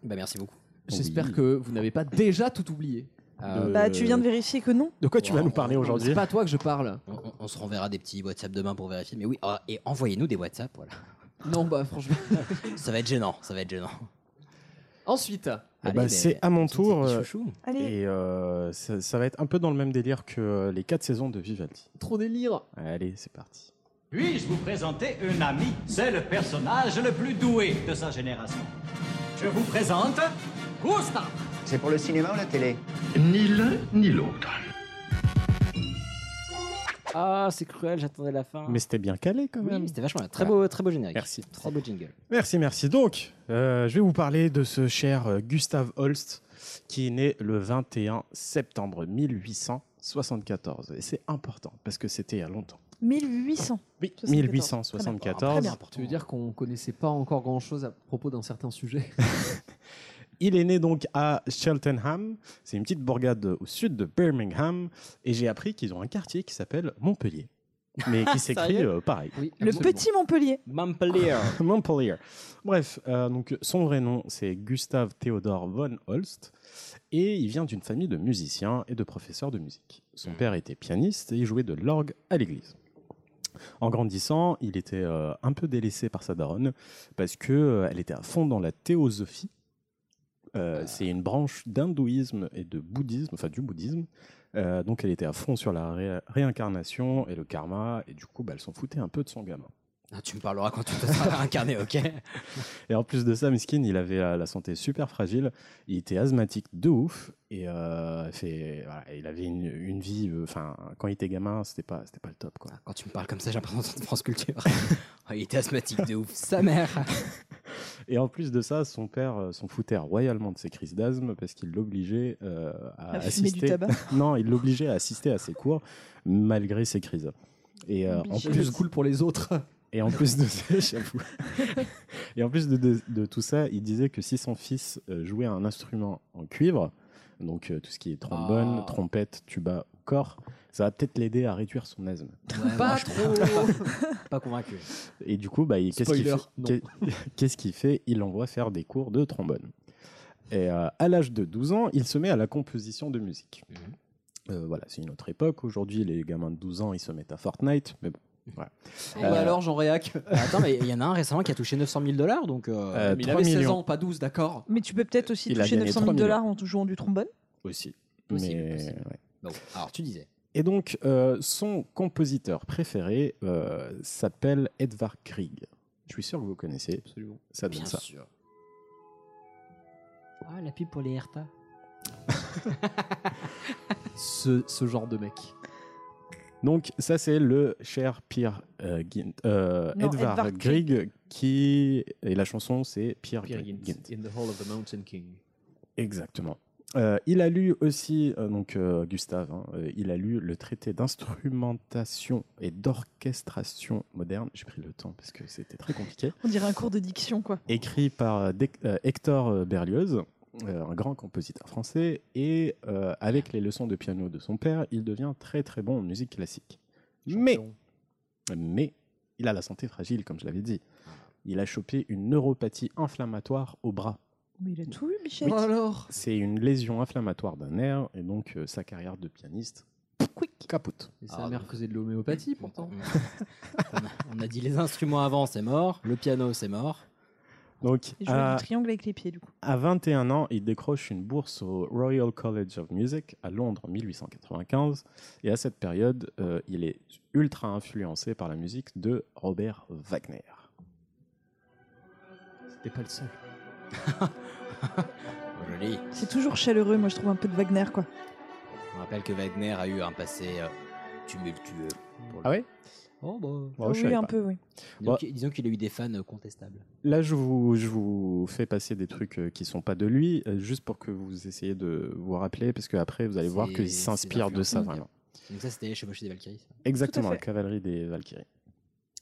Bah, merci beaucoup.
J'espère
Oui.
que vous n'avez pas déjà tout oublié.
Euh,
De-
Bah tu viens de vérifier que non.
De quoi tu vas
Wow.
nous parler
Non,
aujourd'hui
C'est pas à toi que je parle.
on, on- on se renverra des petits WhatsApp demain pour vérifier. Mais oui, ah, et envoyez-nous des WhatsApp. Voilà.
Non, bah franchement.
Ça va être gênant. Ça va être gênant.
Ensuite,
Eh ben,
mais-
c'est à mon
Eh c'est- c'est
tour, euh,
chouchou.
Allez.
Et euh, ça, ça va être un peu dans le même délire que euh, les quatre saisons de Vivaldi.
trop délire.
Allez, c'est parti.
Puis-je vous présenter un ami C'est le personnage le plus doué de sa génération. Je vous présente Gustave.
C'est pour le cinéma ou la télé
Ni l'un ni l'autre.
Ah, c'est cruel. J'attendais la
Ah.
fin.
Mais c'était bien calé quand
oui,
même.
mais c'était vachement bien. Très beau, très beau générique.
Merci.
Très beau jingle.
Merci, merci. Donc, euh, je vais vous parler de ce cher euh, Gustave Holst qui est né le 21 septembre 1874. Et c'est important parce que c'était il y a longtemps.
1800.
Oui,
74. Très
1874.
bien.
Tu veux dire qu'on connaissait pas encore grand chose à propos d'un certain sujet
Il est né donc à Cheltenham. C'est une petite bourgade au sud de Birmingham. Et j'ai appris qu'ils ont un quartier qui s'appelle Montpellier. Mais qui s'écrit
Sérieux
euh, pareil.
Oui,
Le petit Montpellier.
Montpellier.
Montpellier. Bref, euh, donc son vrai nom c'est Gustave Théodore von Holst et il vient d'une famille de musiciens et de professeurs de musique. Son père était pianiste et il jouait de l'orgue à l'église. En grandissant, il était euh, un peu délaissé par sa daronne parce que euh, elle était à fond dans la théosophie. Euh, C'est une branche d'hindouisme et de bouddhisme, enfin du bouddhisme. Euh, donc elle était à fond sur la ré- réincarnation et le karma et du coup bah, elle s'en foutait un peu de son gamin.
Ah, tu me parleras quand tu te seras incarné, ok
Et en plus de ça, Miskin, il avait euh, la, la santé super fragile, il était asthmatique de ouf, et euh, fait, voilà, il avait une, une vie, euh, enfin, quand il était gamin, c'était pas, c'était pas le top, quoi.
Quand tu me parles comme ça, j'ai l'impression de France Culture. Oh, il était asthmatique de ouf, sa mère
Et en plus de ça, son père euh, s'en foutait royalement de ses crises d'asthme parce qu'il l'obligeait euh, à,
À fumer du
assister.
tabac.
non, il l'obligeait à assister à ses cours malgré ses crises. Et euh, en
Obligé.
plus,
C'est cool pour les autres.
Ah,
Et en plus de ça, j'avoue. Et en plus de, de- de tout ça, il disait que si son fils euh, jouait un instrument en cuivre, donc euh, tout ce qui est trombone,
Ah.
trompette, tuba, corps, ça va peut-être l'aider à réduire son asthme.
Ouais,
Pas
moi, je
trop
pas convaincu.
Et du coup, bah, il- qu'est-ce qu'il
Spoiler,
fait qu'est- Qu'est-ce qu'il fait Il l'envoie faire des cours de trombone. Et euh, à l'âge de 12 ans, il se met à la composition de musique.
Mhm.
Euh, voilà, c'est une autre époque. Aujourd'hui, les gamins de 12 ans, ils se mettent à Fortnite. Mais bon, voilà.
Et
Euh,
alors, Jean Réac
bah, Attends, mais il y en a un récemment qui a touché 900 000 dollars, donc. euh,
Euh,
Mais il
3
avait 16
millions.
ans, pas 12, d'accord
Mais tu peux peut-être aussi
Il a
toucher
gagné
900 000
3 000.
dollars en jouant du trombone.
Aussi.
Possible,
Mais,
possible.
ouais.
bon, alors tu disais.
Et donc, euh, son compositeur préféré euh, s'appelle Edvard Grieg. Je suis sûr que vous connaissez.
Absolument.
Ça donne ça.
sûr. Ah, la pub pour les RTA.
Ce, ce genre de mec.
Donc, ça, c'est le cher Pierre euh, Gint- euh,
Non,
Edvard,
Edvard
Grieg, qui. Et la chanson, c'est Pierre,
Pierre
Grieg.
Gint, In the Hall of the Mountain King.
Exactement. Euh, il a lu aussi, euh, donc euh, Gustave, hein, euh, il a lu le traité d'instrumentation et d'orchestration moderne. J'ai pris le temps parce que c'était très compliqué.
On dirait un cours de diction, quoi.
écrit par euh, Dec- euh, Hector euh, Berlioz, euh, un grand compositeur français, et euh, avec les leçons de piano de son père, il devient très très bon en musique classique. Mais, mais, il a la santé fragile, comme je l'avais dit. Il a chopé une neuropathie inflammatoire au bras.
Mais il a tout eu, Michel.
Oh, alors
C'est une lésion inflammatoire d'un nerf, et donc euh, sa carrière de pianiste,
Quick.
capote.
Et sa
Ah,
mère
oui.
faisait de l'homéopathie pourtant.
Mm. on, a, on a dit les instruments avant, c'est mort. Le piano, c'est mort.
Donc, euh,
Il jouait
à,
du triangle avec les pieds, du coup.
à 21 ans, il décroche une bourse au Royal College of Music à Londres en 1895. Et à cette période, euh, il est ultra influencé par la musique de Robert Wagner.
C'était pas le seul.
Oh, Joli.
C'est toujours chaleureux, moi je trouve un peu de Wagner, quoi.
On rappelle que Wagner a eu un passé euh, tumultueux. pour lui.
Ah ouais
Oh bah.
Bon, je
Ah oui,
savais
un
pas.
peu, oui.
Disons
Ouais.
qu'il- Disons qu'il a eu des fans euh, contestables.
Là, je vous, je vous fais passer des trucs euh, qui sont pas de lui, euh, juste pour que vous essayiez de vous rappeler, parce qu'après, vous allez voir
C'est-
qu'il
c'est
s'inspire de ça
l'influence.
vraiment.
Donc ça, c'était les chevauchés des Valkyries. ça.
Exactement,
Tout à
la
fait.
cavalerie des Valkyries.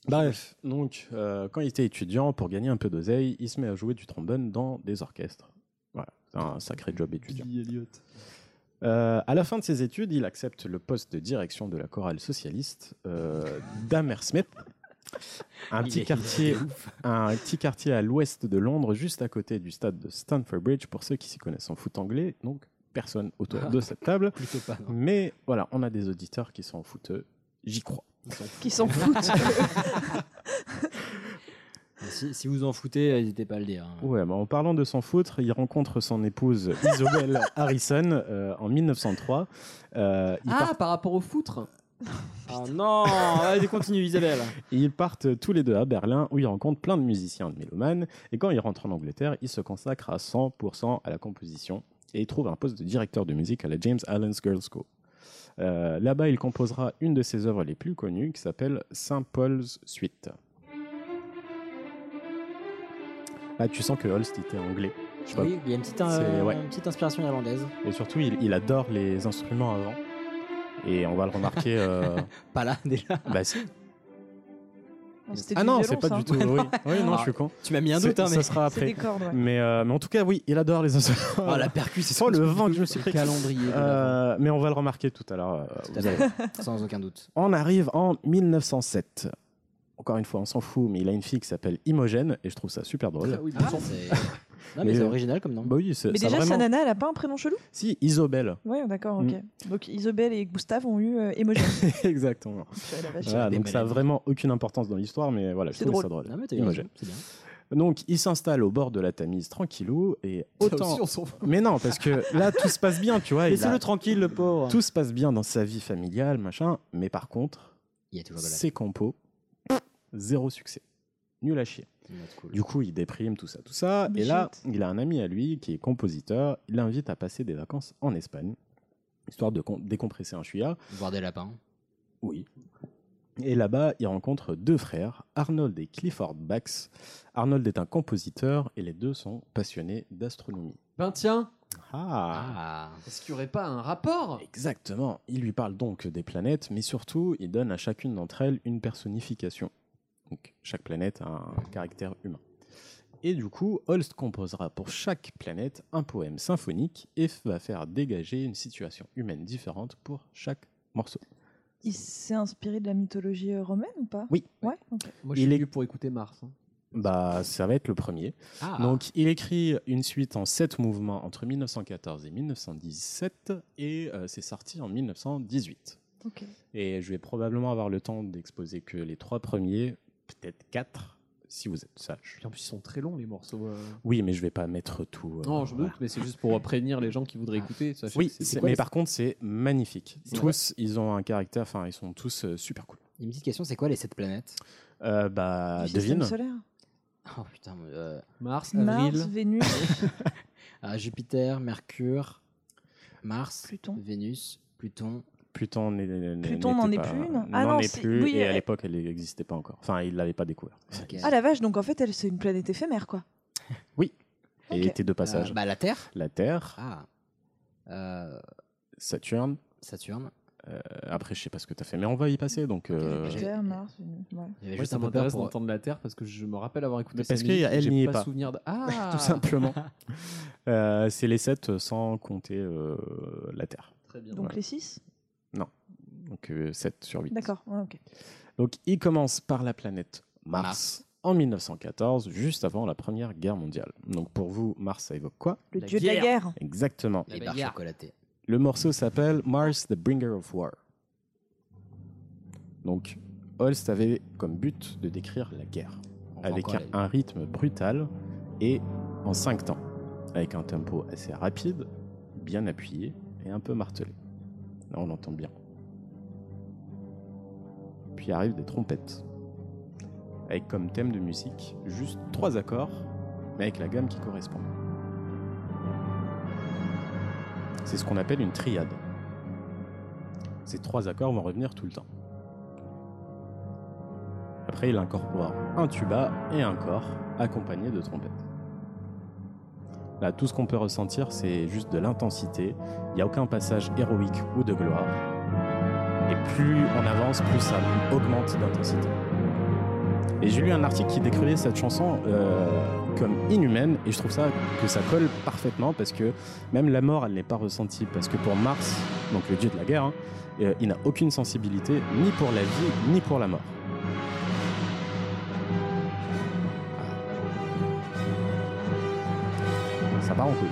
Bref, donc, euh, quand il était étudiant, pour gagner un peu d'oseille, il se met à jouer du trombone dans des orchestres. Voilà, c'est un sacré job étudiant.
Billy Elliot.
Euh, à la fin de ses études, il accepte le poste de direction de la chorale socialiste euh, d'Hammersmith,
Il
un
est- il
petit
est
quartier
ouf.
un petit quartier à l'ouest de Londres, juste à côté du stade de Stamford Bridge, pour ceux qui s'y connaissent en foot anglais, donc personne autour de cette table.
Plutôt pas. non.
Mais voilà, on a des auditeurs qui sont en foot, j'y crois.
Qui s'en foutent.
Mais Si, si vous en foutez, euh, n'hésitez pas à le dire. hein.
Ouais, bah en parlant de s'en foutre, il rencontre son épouse Isobel Harrison euh, en 1903. Euh, ils,
Ah,
partent,
par rapport au foutre
Ah non Allez, continue, Isabelle.
ils partent tous les deux à Berlin où ils rencontrent plein de musiciens, de mélomanes. Et quand ils rentrent en Angleterre, ils se consacrent à 100% à la composition et ils trouvent un poste de directeur de musique à la James Allen's Girls' School. Euh, Là-bas, il composera une de ses œuvres les plus connues qui s'appelle Saint Paul's Suite. Ah, tu sens que Holst était anglais. Je sais pas
Oui, il y a une petite,
C'est-
euh,
ouais.
une petite inspiration irlandaise.
Et surtout, il, il adore les instruments avant. Et on va le remarquer. euh,
Pas là, déjà.
bah, si.
C'était
Ah
du
non,
violon,
c'est pas
ça, hein.
du tout. Oui, Oui, non,
Ah,
je suis con.
Tu m'as mis un
C'est-
doute, hein,
ça
mais...
sera
C'est des
après.
cordes, ouais.
Mais, euh, mais en tout cas, oui, il adore les instruments.
Oh, la percu, c'est
Oh, le vent que je me suis
Le
pris.
calendrier. de l'avant.
Euh, mais on va le remarquer tout à l'heure. euh,
Tout à
vous
fait.
allez.
Sans aucun doute.
On arrive en 1907. Encore une fois, on s'en fout, mais il a une fille qui s'appelle Imogène, et je trouve ça super drôle.
Ah oui,
Ah,
bon sang.
c'est- non, mais,
Mais,
c'est
euh,
original comme nom.
Bah oui, c'est-
Mais
ça
déjà, sa
vraiment-
nana, elle a pas un prénom chelou
Si, Isobel.
Ouais, d'accord, ok.
Mm.
Donc Isobel et Gustave ont eu euh, Emogène.
Exactement.
Purée, la vache.
Voilà,
des
donc ça a
maladies.
vraiment aucune importance dans l'histoire, mais voilà, je
C'est drôle.
trouve ça drôle.
Non, mais t'as eu
Imogène.
raison, c'est bien.
Donc, il s'installe au bord de la Tamise tranquillou et
Ça
autant.
aussi, on s'en fout.
Mais non, parce que là, tout se passe bien, tu vois. il a-
tranquille, le pauvre.
Tout se passe bien dans sa vie familiale, machin. Mais par contre,
Il y a toujours de la
ses compos, zéro succès. Nul à chier. Du coup, il déprime, tout ça, tout ça. Et là, il a un ami à lui qui est compositeur. Il l'invite à passer des vacances en Espagne, histoire de con- décompresser un chouïa.
Voir des lapins.
Oui. Et là-bas, il rencontre deux frères, Arnold et Clifford Bax. Arnold est un compositeur et les deux sont passionnés d'astronomie.
Ben tiens,
Ah,
est-ce qu'il n'y aurait pas un rapport
Exactement. Il lui parle donc des planètes, mais surtout, il donne à chacune d'entre elles une personnification. Donc, chaque planète a un caractère humain. Et du coup, Holst composera pour chaque planète un poème symphonique et va faire dégager une situation humaine différente pour chaque morceau.
Il s'est inspiré de la mythologie euh, romaine ou pas
Oui.
Ouais, ok.
Moi, je
Il
suis
est-
venu pour écouter Mars. hein.
Bah, ça va être le premier.
Ah.
Donc, il écrit une suite en sept mouvements entre 1914 et 1917 et euh, c'est sorti en 1918.
Ok.
Et je vais probablement avoir le temps d'exposer que les trois premiers, peut-être quatre, si vous êtes sage.
Puis en plus, ils sont très longs, les morceaux. euh.
Oui, mais je vais pas mettre tout. euh,
Non, je me
voilà.
doute, mais c'est juste pour prévenir les gens qui voudraient écouter. sachez
Ah. Oui,
que c'est-
c'est-
c'est quoi
mais
les-
par contre, c'est magnifique.
C'est
Tous, ils ont un caractère, enfin, ils sont tous euh, super cool.
Une petite question, c'est quoi les sept planètes
Euh, bah,
Du système
devine.
solaire.
Oh putain, mais, euh,
Mars,
Mars,
avril.
Vénus,
ah, Jupiter, Mercure, Mars,
Pluton.
Vénus, Pluton.
Pluton n'est- n'est- n'était
Pluton n'en est
pas-
plus, non
n'en
Ah non,
est
si,
plus,
oui,
et à
euh,
l'époque, elle n'existait pas encore. Enfin, ils l'avaient pas découvert.
Ok.
Ah la vache, donc en fait, elle c'est une planète éphémère quoi. ok.
Et était
Ah,
de
Euh,
passage.
bah, la Terre.
La Terre,
Ah. Euh,
Saturne.
Saturne.
euh, après, je sais pas ce que t'as fait, mais on va y passer. Donc, euh,
j'ai-
Jupiter, Mars, Vénus. ouais.
J'avais
Moi,
juste
ça
un peu peur
m'intéresse
pour...
d'entendre la Terre parce que je me rappelle avoir écouté
Mais
cette
parce que
musique,
elle
j'ai
n'y est
pas
pas.
souvenir de... Ah
tout simplement. Euh, c'est les 7 sans compter euh, la Terre.
Très bien.
Donc les 6
Donc 7 sur 8.
D'accord, ouais, ok.
Donc il commence par la planète Mars,
Mars.
en 1914, juste avant la Première Guerre mondiale. Donc pour vous, Mars, ça évoque quoi
Le
La
dieu de la guerre.
Exactement.
Les
bah,
barres
hier.
chocolatées.
Le morceau s'appelle Mars, the Bringer of War. Donc Holst avait comme but de décrire la guerre,
On va
avec
encore
un,
les-
un rythme brutal et en 5 temps, avec un tempo assez rapide, bien appuyé et un peu martelé. Là, on l'entend bien. Puis arrivent des trompettes, avec comme thème de musique juste trois accords, mais avec la gamme qui correspond. C'est ce qu'on appelle une triade. Ces trois accords vont revenir tout le temps. Après, il incorpore un tuba et un corps, accompagné de trompettes. Là, tout ce qu'on peut ressentir, c'est juste de l'intensité. Il n'y a aucun passage héroïque ou de gloire. Et plus on avance, plus ça augmente d'intensité. Et j'ai lu un article qui décrivait cette chanson euh, comme inhumaine, et je trouve ça que ça colle parfaitement parce que même la mort, elle n'est pas ressentie parce que pour Mars, donc le dieu de la guerre, hein, euh, il n'a aucune sensibilité ni pour la vie ni pour la mort. Ah. Ça part en couille.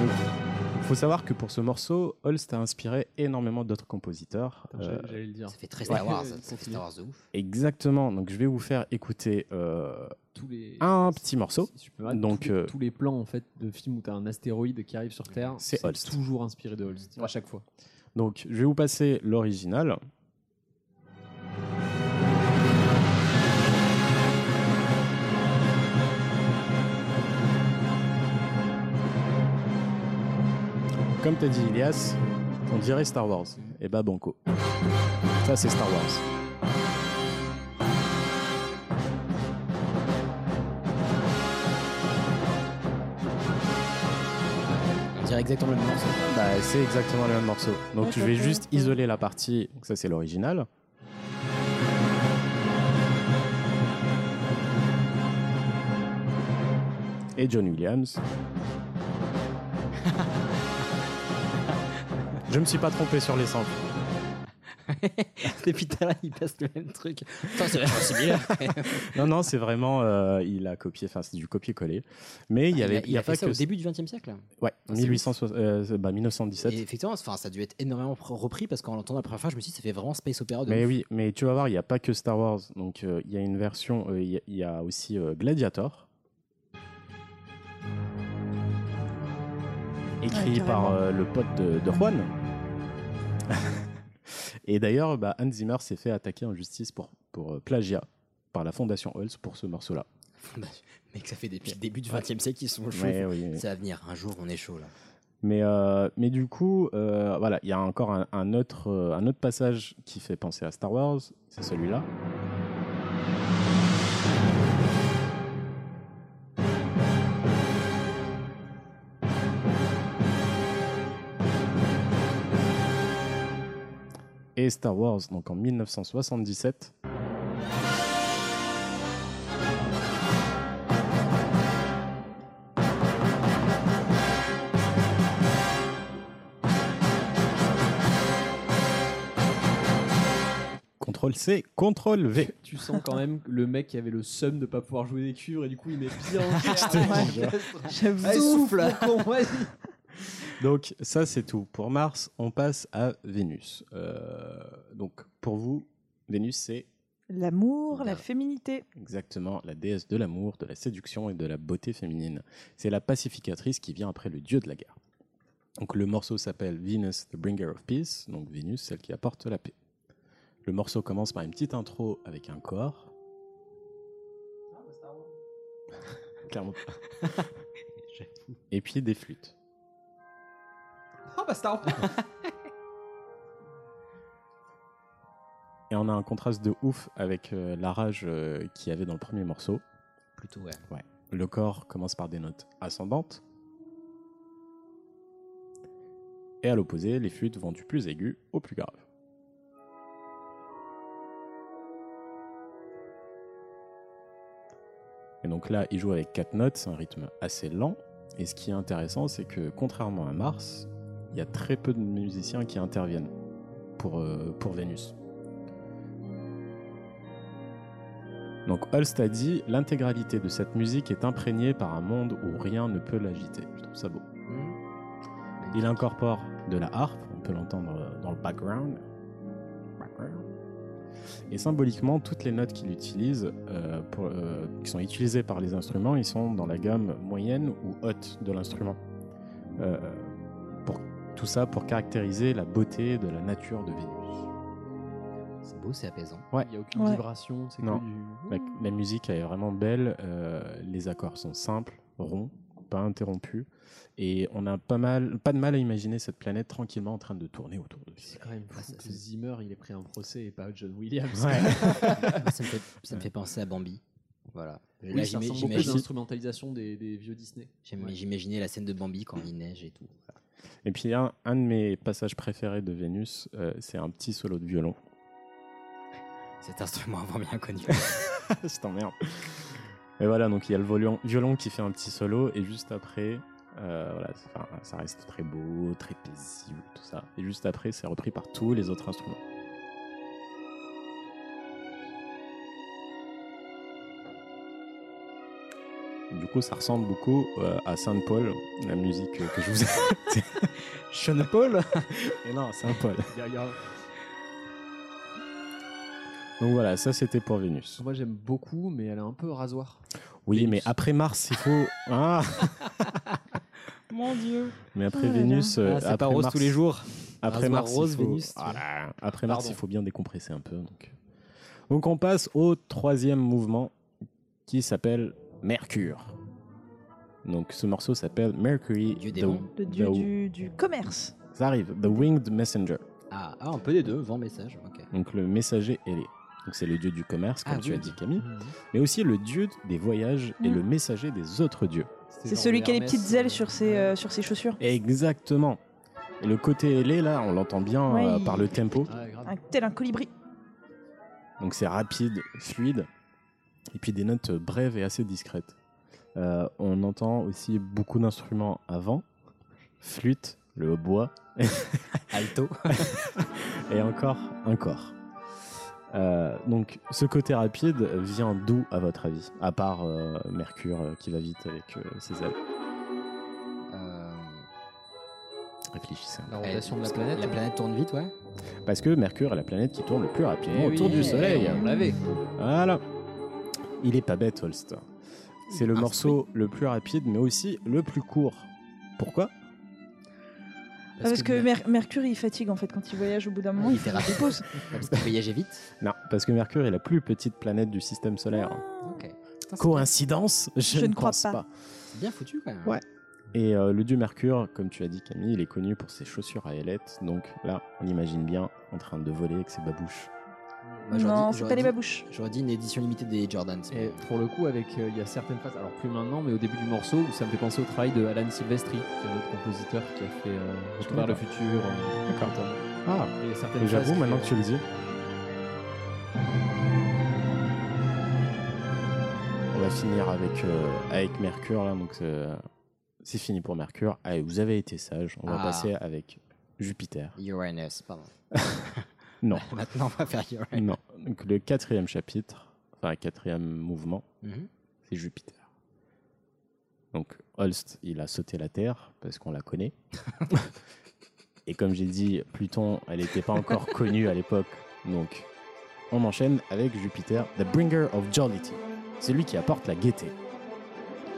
Donc, Il faut savoir que pour ce morceau, Holst a inspiré énormément d'autres compositeurs.
Putain, j'allais-
Euh,
J'allais le dire.
Ça fait très Star
Ouais.
Wars.
Euh,
Ça fait
continue.
Star Wars de ouf.
exactement, donc je vais vous faire écouter euh,
Tous les...
un petit morceau.
Si je peux me permettre,
Donc,
tous, les-
euh,
tous les plans en fait de films où t'as un astéroïde qui arrive sur Terre,
C'est Holst.
toujours inspiré de Holst à
Ouais.
chaque fois.
Donc, je vais vous passer l'original. Comme t'as dit Ilias, on dirait Star Wars. Et bah banco. Ça c'est Star Wars.
On dirait exactement le même morceau.
Bah c'est exactement le même morceau. Donc je vais juste isoler la partie, donc ça c'est l'original. Et John Williams. Je me suis pas trompé sur les samples.
Depuis tout à l'heure, il passe le même truc. Putain, c'est
Ah,
vraiment similaire.
Non, non, c'est vraiment, euh, il a copié, enfin c'est du copier-coller. Mais il y avait,
Ah, a,
il y a
fait
pas
ça
que
au début du XXe siècle.
Ouais,
Ah, c'est
1860, euh, bah,
Et
1917.
effectivement, enfin, ça a dû être énormément pr- repris parce qu'en l'entendant la première fois, je me suis dit, ça fait vraiment space opéra de
Mais
ouf.
oui, mais tu vas voir, il n'y a pas que Star Wars. Donc euh, il y a une version, euh, il y a- il y, a aussi euh, Gladiator. Écrit
Ouais, carrément.
par euh, le pote de, de Juan. Et d'ailleurs, bah, Hans Zimmer s'est fait attaquer en justice pour, pour euh, plagiat par la Fondation Holz pour ce morceau-là.
Bah, Mec, ça fait depuis le début du XXe siècle qu'ils sont chauds.
Ouais, oui, oui.
Ça va venir, un jour on est chaud là.
Mais, euh, mais du coup, euh, voilà, il y a encore un, un autre, euh, un autre passage qui fait penser à Star Wars, c'est celui-là. Et Star Wars, donc en 1977. Contrôle C, Contrôle V.
Tu sens quand même que le mec qui avait le seum de pas pouvoir jouer des cuivres et du coup il met bien en
Je
terre
te
avant
jure.
l'orchestre.
J'avoue.
Allez, souffle,
Souffle.
con, vas-y.
Donc ça c'est tout pour Mars. On passe à Vénus. Euh, donc pour vous, Vénus c'est
L'amour, la féminité.
exactement la déesse de l'amour, de la séduction et de la beauté féminine. C'est la pacificatrice qui vient après le dieu de la guerre. Donc le morceau s'appelle Venus, the bringer of peace, donc Vénus, celle qui apporte la paix. Le morceau commence par une petite intro avec un corps. Clairement pas. Et puis des flûtes.
Ah bah Star Wars.
Et on a un contraste de ouf avec euh, la rage euh, qu'il y avait dans le premier morceau.
Plutôt, ouais.
Ouais. Le corps commence par des notes ascendantes. Et à l'opposé, les flûtes vont du plus aigu au plus grave. Et donc là, il joue avec quatre notes, c'est un rythme assez lent. Et ce qui est intéressant, c'est que contrairement à Mars, il y a très peu de musiciens qui interviennent pour, euh, pour Vénus. Donc Holst a dit l'intégralité de cette musique est imprégnée par un monde où rien ne peut l'agiter. Je trouve ça beau. Il incorpore de la harpe, on peut l'entendre euh, dans le background. Background. Et symboliquement, toutes les notes qu'il utilise, euh, pour, euh, qui sont utilisées par les instruments, ils sont dans la gamme moyenne ou haute de l'instrument. Euh, pour- tout ça pour caractériser la beauté de la nature de Vénus.
C'est beau, c'est apaisant.
Il n'y a aucune
Ouais.
vibration, c'est
Non.
que du.
La, la musique elle est vraiment belle, euh, les accords sont simples, ronds, pas interrompus, et on a pas, mal, pas de mal à imaginer cette planète tranquillement en train de tourner autour de
C'est
lui.
quand même fou
Ah, ça,
que
c'est-
Zimmer il ait pris un procès et pas John Williams.
Ouais.
Moi, ça, me fait, ça me fait penser à Bambi. Voilà.
Oui,
Là, j'ima-
ça ressemble beaucoup à
j'imagine-
l'instrumentalisation des, des vieux Disney.
j'im-
Ouais.
J'imaginais la scène de Bambi quand il neige et tout. Voilà.
Et puis un, un de mes passages préférés de Vénus, euh, c'est un petit solo de violon.
Cet instrument avant bien connu.
Je t'emmerde. Et voilà, donc il y a le violon, violon qui fait un petit solo, et juste après, euh, voilà, c'est- enfin, ça reste très beau, très paisible, tout ça. Et juste après, c'est repris par tous les autres instruments. Du coup, ça ressemble beaucoup euh, à Saint Paul, la musique euh, que je vous ai. Sean Paul Et non, Saint Paul.
Il y a- il y a-
Donc voilà, ça c'était pour Vénus.
Moi j'aime beaucoup, mais elle est un peu rasoir.
Oui,
Vénus.
mais après Mars, il faut. Ah
Mon dieu.
Mais après
Oh là là.
Vénus, euh,
Ah, c'est
après
pas rose
Mars-
tous les jours.
Après
Rasoir
Mars, il
rose,
faut-
Vénus, tu
Ah
vois.
là là. Après Mars,
Pardon.
il faut bien décompresser un peu. Donc, donc on passe au troisième mouvement qui s'appelle Mercure. Donc ce morceau s'appelle Mercury.
Dieu
the-
des vents.
Le dieu
the-
du, du commerce.
Ça arrive. The Winged Messenger.
Ah, ah, un peu des deux, vent message. ok.
Donc le messager ailé. Donc c'est le dieu du commerce, comme
Ah,
tu
oui.
as dit Camille,
Mmh.
mais aussi le dieu des voyages et
Mm.
le messager des autres dieux.
C'est celui qui a les petites ailes sur ses, euh, sur ses chaussures.
Exactement. Et le côté ailé là, on l'entend bien
Ouais,
euh,
il-
par le tempo.
Un- tel un colibri.
Donc c'est rapide, fluide, et puis des notes euh, brèves et assez discrètes. Euh, on entend aussi beaucoup d'instruments avant, flûte, le hautbois,
Alto.
et encore un corps. Euh, donc ce côté rapide vient d'où à votre avis À part euh, Mercure euh, qui va vite avec euh, ses ailes.
Euh,
Réfléchissez. un peu.
La rotation
eh,
de la
parce que
planète.
La planète tourne vite, ouais.
Parce que Mercure est la planète qui tourne le plus rapidement
Eh
autour
oui,
du Soleil.
On l'avait.
Voilà. Il est pas bête, Holst. C'est le
Instruit.
Ah,
morceau le plus rapide, mais aussi le plus court. Pourquoi
Parce, que, Mer- Mercure, il fatigue en fait quand il voyage au bout d'un moment.
Il
il
fait
fait
rapide.
des pauses.
Parce qu'il voyageait vite.
Non, parce que Mercure est la plus petite planète du système solaire.
Ah,
Coïncidence Je,
Je
ne
ne crois
pense
pas.
pas.
C'est bien foutu quand même.
Ouais. Et euh, le dieu Mercure, comme tu as dit Camille, il est connu pour ses chaussures à ailettes. Donc là, on l'imagine bien en train de voler avec ses babouches.
Moi, j'aurais
non,
dit-
c'est
j'aurais
pas les
dit- Ah,
babouches.
J'aurais dit une édition limitée des Jordans.
Et pour le coup, avec euh, il y a certaines phases, alors plus maintenant, mais au début du morceau, où ça me fait penser au travail de Alan Silvestri, qui est un autre compositeur qui a fait euh, Retour vers le futur. euh,
D'accord.
Phantom.
Ah,
Et il y a certaines
et j'avoue,
phases
maintenant que tu le dis. On va finir avec, euh, avec Mercure, là, donc euh, c'est fini pour Mercure. Allez, vous avez été sage, on va
Ah.
passer avec Jupiter.
Uranus, pardon.
Non.
Maintenant, on va faire Uranus.
Non. Donc le quatrième chapitre, enfin le quatrième mouvement,
Mhm.
c'est Jupiter. Donc Holst, il a sauté la Terre parce qu'on la connaît. Et comme j'ai dit, Pluton, elle n'était pas encore connue à l'époque. Donc on enchaîne avec Jupiter, the bringer of jollity, celui qui apporte la gaieté.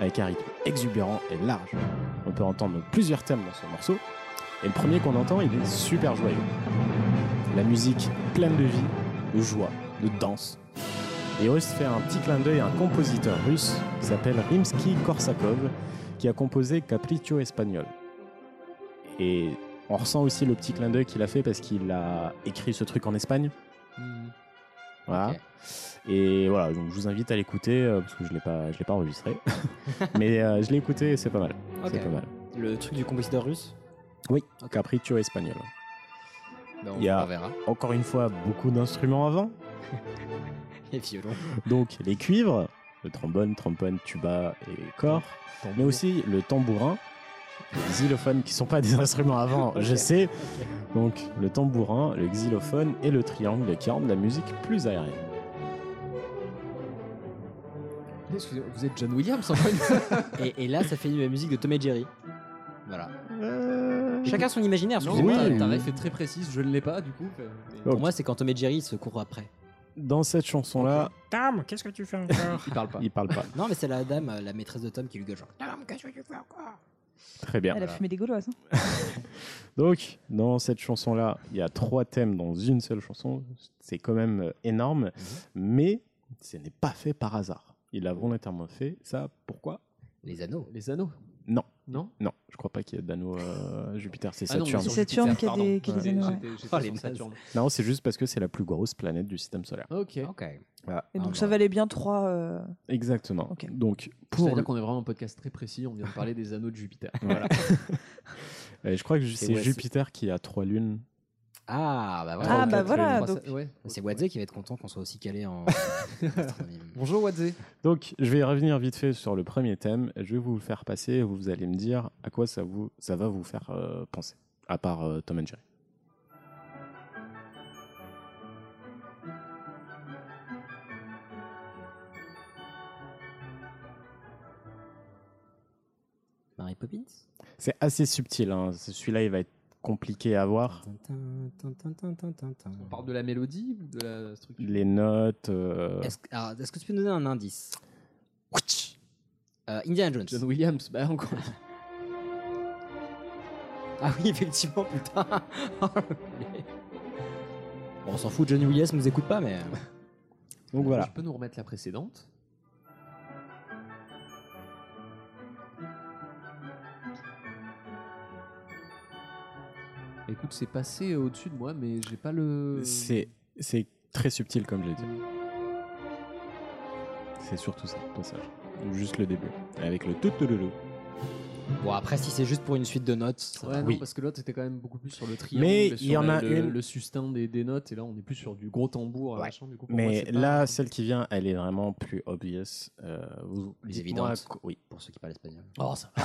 Avec un rythme exubérant et large, on peut entendre plusieurs thèmes dans ce morceau. Et le premier qu'on entend, il est super joyeux. La musique pleine de vie, de joie, de danse. Et Holst fait un petit clin d'œil à un compositeur russe qui s'appelle Rimsky-Korsakov, qui a composé Capriccio espagnol. Et on ressent aussi le petit clin d'œil qu'il a fait parce qu'il a écrit ce truc en Espagne.
Hmm.
Mhm.
Voilà. Et voilà, donc je vous invite à l'écouter euh, parce que je l'ai pas, je l'ai pas enregistré, mais euh, je l'ai écouté et c'est pas mal.
Ok.
C'est pas mal.
Le truc du compositeur russe
Oui, Capriccio espagnol.
Non,
Il y a
On verra.
encore une fois beaucoup d'instruments avant,
Les violons.
donc les cuivres, le trombone, trombone, tuba et corps,
Tambour.
mais aussi le tambourin, les xylophones qui sont pas des instruments avant, je
Ok.
sais.
Ok.
Donc le tambourin, le xylophone et le triangle qui rendent la musique plus aérienne.
Excusez-moi, Vous êtes John Williams en fait
Et, et là, ça fait la musique de Tom et Jerry. Voilà. Chacun son imaginaire,
Non, Oh.
excusez-moi.
ta, ta
oui.
ref est très précise, je ne l'ai pas du coup. mais-
Pour moi, c'est quand Tom et Jerry se courent après.
Dans cette chanson-là,
Tom, qu'est-ce que tu fais encore
Il parle pas.
il parle pas.
Non, mais c'est la dame, euh, la maîtresse de Tom, qui lui gueule genre Tom, qu'est-ce que tu fais encore
Très bien.
Elle a fumé des gauloises. hein.
Donc, dans cette chanson-là, il y a trois thèmes dans une seule chanson. C'est quand même euh, énorme, mais ce n'est pas fait par hasard. Il a volontairement fait ça. Pourquoi
Les anneaux.
Les anneaux
Non.
Non
Non, je crois pas qu'il y ait d'anneau euh, Jupiter, c'est
Ah non,
Saturne.
mais
C'est
sur
Saturne
Jupiter,
qui a
pardon.
des, qui a des
Ouais,
anneaux, ouais.
j'étais- j'étais
Oh,
sur
les nazes.
Saturne.
non, c'est juste parce que c'est la plus grosse planète du système solaire.
Ok.
Ok.
Voilà.
Et
Ah,
donc
bah.
ça valait bien euh, 3.
Exactement.
Ok.
Donc, pour.
C'est-à-dire qu'on est vraiment un podcast très précis, on vient de parler des anneaux de Jupiter.
Voilà. Euh, je crois que c'est
ouais, c'est-
Jupiter qui a trois lunes.
Ah, bah voilà.
Ah, bah
quatre
voilà,
lunes.
Trois-
donc-
ouais.
C'est Wadze qui va être content qu'on soit aussi calé en. en astronomie.
Bonjour Wadze.
Donc, je vais revenir vite fait sur le premier thème. Je vais vous le faire passer. Vous allez me dire à quoi ça, vous, ça va vous faire euh, penser, à part euh, Tom and Jerry.
Mary Poppins
C'est assez subtil. hein. Celui-là, il va être compliqué à
Ah.
voir.
Tintin, tintin, tintin, tintin.
On parle de la mélodie ou de la structure
Les notes. euh,
Est-ce que- alors, est-ce que tu peux nous donner un indice Euh, Indiana Jones.
John Williams, bah encore.
Ah oui, effectivement, putain. Oh, le mec. Bon, on s'en fout, Johnny Williams nous écoute pas, mais.
Donc voilà.
Tu peux nous remettre la précédente Écoute, c'est passé au-dessus de moi, mais j'ai pas le.
C'est c'est très subtil, comme je l'ai dit. C'est surtout ça, le passage. Juste le début. Avec le tout tout loulou.
Bon, après, si c'est juste pour une suite de notes, ça
Ouais,
va.
non,
Oui.
parce que l'autre était quand même beaucoup plus sur le triangle,
Mais
sur
il y en
la-
a
le,
une-
le sustain des, des notes, et là on est plus sur du gros tambour, euh,
Ouais.
machin, du coup, pour moi,
Mais
c'est pas-
là, celle qui vient, elle est vraiment plus obvious. Euh, vous,
Plus
dites-moi
évidente.
qu- Oui.
Pour ceux qui parlent espagnol.
Oh, ça va.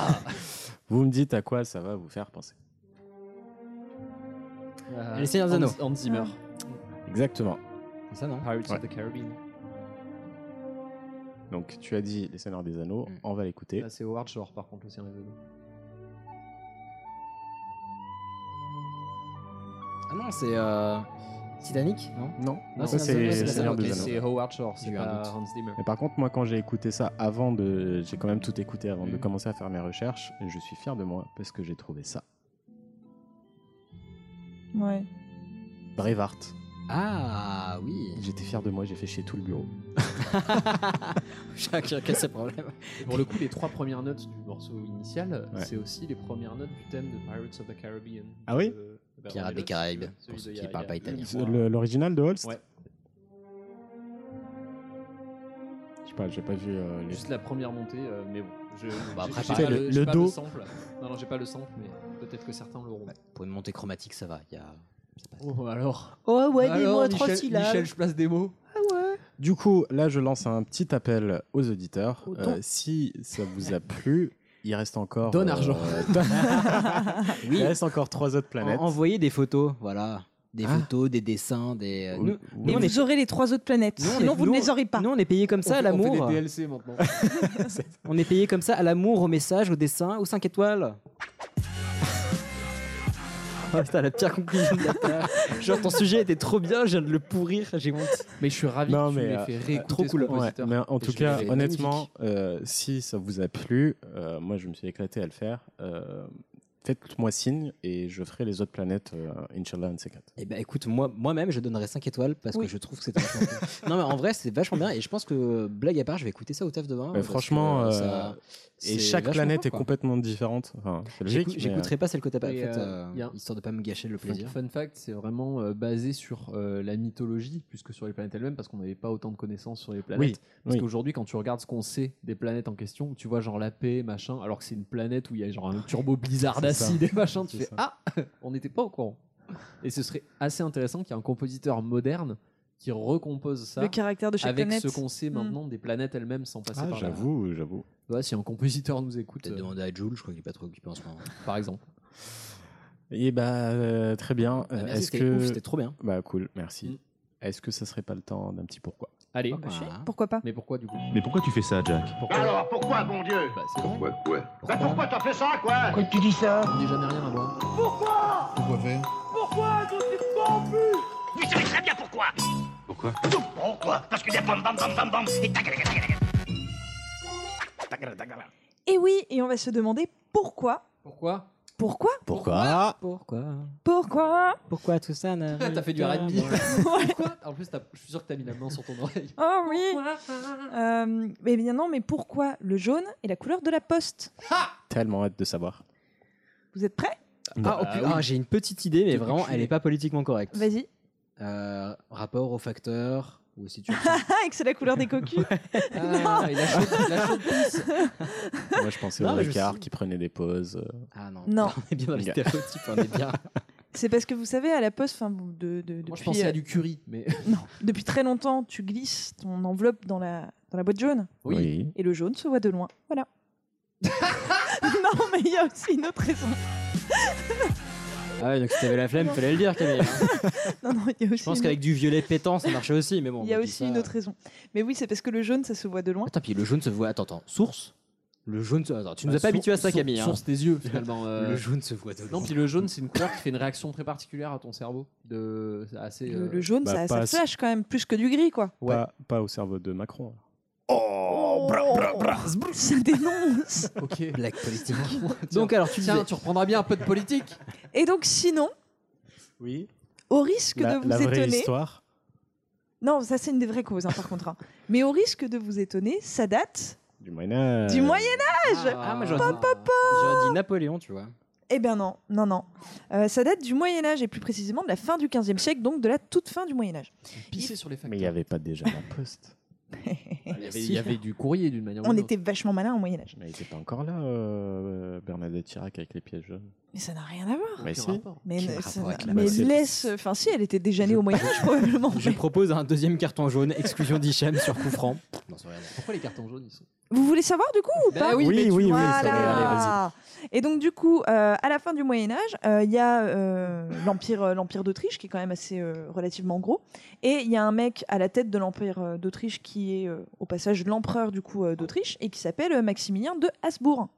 Vous me dites à quoi ça va vous faire penser.
Euh,
Et le Seigneur des
Hans-
Anneaux.
Hans Zimmer.
Exactement.
C'est ça, non
Pirates
Ouais.
of the Caribbean.
Donc tu as dit Les Seigneurs des Anneaux,
Mm.
on va l'écouter.
Là, c'est Howard Shore, par contre, le Seigneur des Anneaux.
Ah non, c'est. Euh... Titanic, non
Non,
Non, c'est-
ça c'est
c'est
Les
Les
Seigneurs
Seigneurs
Ok,
des
Anneaux.
c'est
Anneaux.
Howard Shore,
J'ai
c'est
eu un
pas
doute.
Hans Zimmer.
Mais par contre, moi quand j'ai écouté ça avant de... J'ai quand même tout écouté avant de
Mm.
commencer à faire mes recherches et je suis fier de moi parce que j'ai trouvé ça.
Ouais.
Brevart.
Ah oui.
J'étais fier de moi, j'ai fait chier tout le bureau.
Chacun ses problèmes.
Et pour le coup, les trois premières notes du morceau initial, c'est aussi les premières notes du thème de Pirates of the Caribbean.
Ah oui
De- de
Pirates des
Beverly
Caraïbes,
Hills, celui
pour
de
ceux
Yaya-
qui parlent pas italien.
Le- L'original de Holst
Ouais.
Je sais pas, j'ai pas vu euh, les-
Juste la première montée, euh, mais bon. Je,
Bah,
j'ai-
après,
j'ai
pareil,
pas
le-
j'ai
le
pas
do.
sample. Non, non, j'ai pas le sample, mais peut-être que certains l'auront.
Bah.
Pour une montée chromatique, ça va. Il y a...
Oh, alors.
Oh ouais,
Alors,
dis-moi trois
Michel,
syllabes.
Michel, je place des mots.
Du coup, là, je lance un petit appel aux auditeurs. Euh, si ça vous a plu, il reste encore. euh,
Donne argent.
Il reste encore trois autres planètes.
En- envoyez des photos, voilà. Des
Ah.
photos, des dessins, des. euh,
Oui,
nous-
oui.
nous,
Et
on est-
vous aurez les trois autres planètes.
nous, on est-
Sinon, vous
nous,
ne les aurez pas.
Nous, on est payé comme
On
ça à
fait- On fait
l'amour.
des DLC maintenant.
On est payé comme ça à l'amour, au message, au dessin, aux 5 étoiles. Oh, putain, la pire conclusion de la Terre. Genre, ton sujet était trop bien, je viens de le pourrir, j'ai honte.
mais je suis ravi
Non,
que tu
mais,
m'aies
euh,
fait réécouter
trop
ce
cool.
compositeur.
Ouais, mais en
Et
tout
je
cas,
l'ai-
honnêtement, euh, si ça vous a plu, euh, moi je me suis éclaté à le faire. euh, Faites-moi signe et je ferai les autres planètes, euh, Inch'Allah, un de ces quatre.
Eh ben écoute, moi- moi-même, je donnerais 5 étoiles parce
Oui.
que je trouve que c'est vachement cool. Non, mais en vrai, c'est vachement bien et je pense que, blague à part, je vais écouter ça au taf demain.
Mais
parce que,
franchement,
euh,
euh,
ça- c'est
Et chaque
vachement
planète
cool,
est
quoi.
complètement différente. Enfin, c'est logique.
J'écoute-
mais,
J'écouterai pas celle que t'as pas
Et,
faite,
euh,
euh,
y a-
histoire de pas me gâcher le
Fun,
plaisir.
fun fact, c'est vraiment euh, basé sur euh, la mythologie, plus que sur les planètes elles-mêmes, parce qu'on n'avait pas autant de connaissances sur les
euh,
planètes.
oui,
Parce
oui.
qu'aujourd'hui, quand tu regardes ce qu'on sait des planètes en question, tu vois genre la paix, machin, alors que c'est une planète où il y a genre un turbo bizarre
C'est ça.
d'acide et machin, tu
C'est
fais Ah, on n'était pas au courant. Et ce serait assez intéressant qu'il y ait un compositeur moderne qui recompose ça
Le caractère de chaque
avec
planète.
ce qu'on sait
Mm.
maintenant des planètes elles-mêmes sans passer
Ah,
par là.
j'avoue, j'avoue.
Ouais, si un compositeur nous écoute,
Peut-être
euh,
demander à Jules, je crois qu'il est pas trop occupé en ce moment.
par exemple.
Et bah, euh, très bien.
Ah,
Euh,
merci,
Est-ce
c'était
que.
ouf, c'était trop bien.
Bah, cool, merci.
Mm.
Est-ce que ça serait pas le temps d'un petit pourquoi
Allez,
bah, je sais.
Pourquoi pas
mais pourquoi du coup
Mais pourquoi tu fais ça, Jack
Pourquoi
alors, pourquoi, bon Dieu
Bah, c'est vrai,
Ouais, ouais.
Bah pourquoi t'as fait ça, quoi
Pourquoi tu dis ça
on n'est jamais rien à voir.
Pourquoi faire
Mais je sais très bien pourquoi
Pourquoi
Pourquoi Parce que des bam bam bam bam bam et tagala, tagala, tagala. Tagala, tagala.
Et oui, et on va se demander pourquoi.
Pourquoi
Pourquoi
Pourquoi
Pourquoi
Pourquoi
Pourquoi euh tout ça n'a-
Ah, T'as fait du RB.
Ouais.
Pourquoi En plus, t'as- je suis sûr que t'as mis la main sur ton oreille.
Oh oui Euh, Eh bien non, mais pourquoi le jaune est la couleur de la poste
Tellement hâte de savoir.
Vous êtes prêts
Ah,
bah
oh, putain, j'ai une petite idée, mais
T'es
vraiment,
enculé.
elle est pas politiquement correcte.
Vas-y.
Euh, rapport aux facteurs ou si tu
Ah, et que c'est la couleur des cocus
Ah, il a chaud, il a chaud de pisse.
Moi, je pensais
Non,
au
mais je
Ricard
sais.
qui prenait des pauses. euh,
ah non
Non.
on est bien dans les
Ok.
stéréotypes on est bien
C'est parce que vous savez, à la poste, enfin, vous- de, de-
Moi, je
depuis,
pensais
euh,
à du curry, mais
depuis très longtemps, tu glisses ton enveloppe dans la, dans la boîte jaune
Oui.
et le jaune se voit de loin. Voilà. non, mais il y a aussi une autre raison.
ah ouais, donc si t'avais la flemme
Non.
fallait le dire Camille
Non, non, il y a
je
aussi,
pense
une,
qu'avec du violet pétant ça marchait aussi mais bon
il y a
on dit
aussi
ça. euh,
une autre raison. Mais oui, c'est parce que le jaune, ça se voit de loin.
attends puis le jaune se voit attends attends source le jaune se... attends tu nous
Bah,
as pas
sour-
habitué à ça
sour-
Camille hein.
Source tes yeux, finalement. euh.
le jaune se voit de
Non,
loin
puis le jaune, c'est une couleur qui fait une réaction très particulière à ton cerveau. De... c'est Assez,
Le,
euh,
le jaune,
bah,
ça, ça
pas-
flash quand même, plus que du gris, quoi.
Ouais.
Pas, pas au cerveau de Macron.
Oh, Ça dénonce.
Ok.
blague politique
donc,
donc alors tu
tiens,
disais
tu reprendras bien un peu de politique.
Et donc, sinon,
Oui.
au risque
la
de vous
la vraie
étonner.
histoire.
Non, ça, c'est une des vraies causes, hein, par contre. hein. Mais au risque de vous étonner, ça date
Du Moyen-Âge.
du Moyen Âge.
ah moi j'aurais dit...
pop, pop.
j'aurais dit Napoléon tu vois
Eh bien non, non, non. Euh, ça date du Moyen Âge et plus précisément de la fin du XVe siècle, donc de la toute fin du Moyen
Ah
Âge.
Pisser sur les facteurs.
Mais il n'y avait pas déjà la poste.
Il y avait, il y avait du courrier d'une manière ou
On
d'une autre.
était vachement malin au Moyen Âge.
Mais il était pas encore là, euh, Bernadette Chirac, avec les pièges jaunes.
Mais ça n'a rien à voir.
Mais
Bah,
Aucun
si.
rapport.
Mais,
Quel
ne-
rapport
ça n'a-
avec la
mais
base
laisse. Enfin si, elle était déjà née au Moyen Âge probablement.
je
mais-
propose un deuxième carton jaune exclusion d'Hichem sur coup franc non c'est rien
Pourquoi les cartons jaunes ils sont
Vous voulez savoir du coup ou
Bah
pas
oui,
oui, oui, oui, ça va, allez, vas-y.
Voilà. Et donc du coup, euh, à la fin du Moyen Âge, euh, il y a euh, l'empire, euh, l'empire d'Autriche qui est quand même assez euh, relativement gros, et il y a un mec à la tête de l'empire euh, d'Autriche qui est euh, au passage l'empereur du coup euh, d'Autriche et qui s'appelle euh, Maximilien de Habsbourg.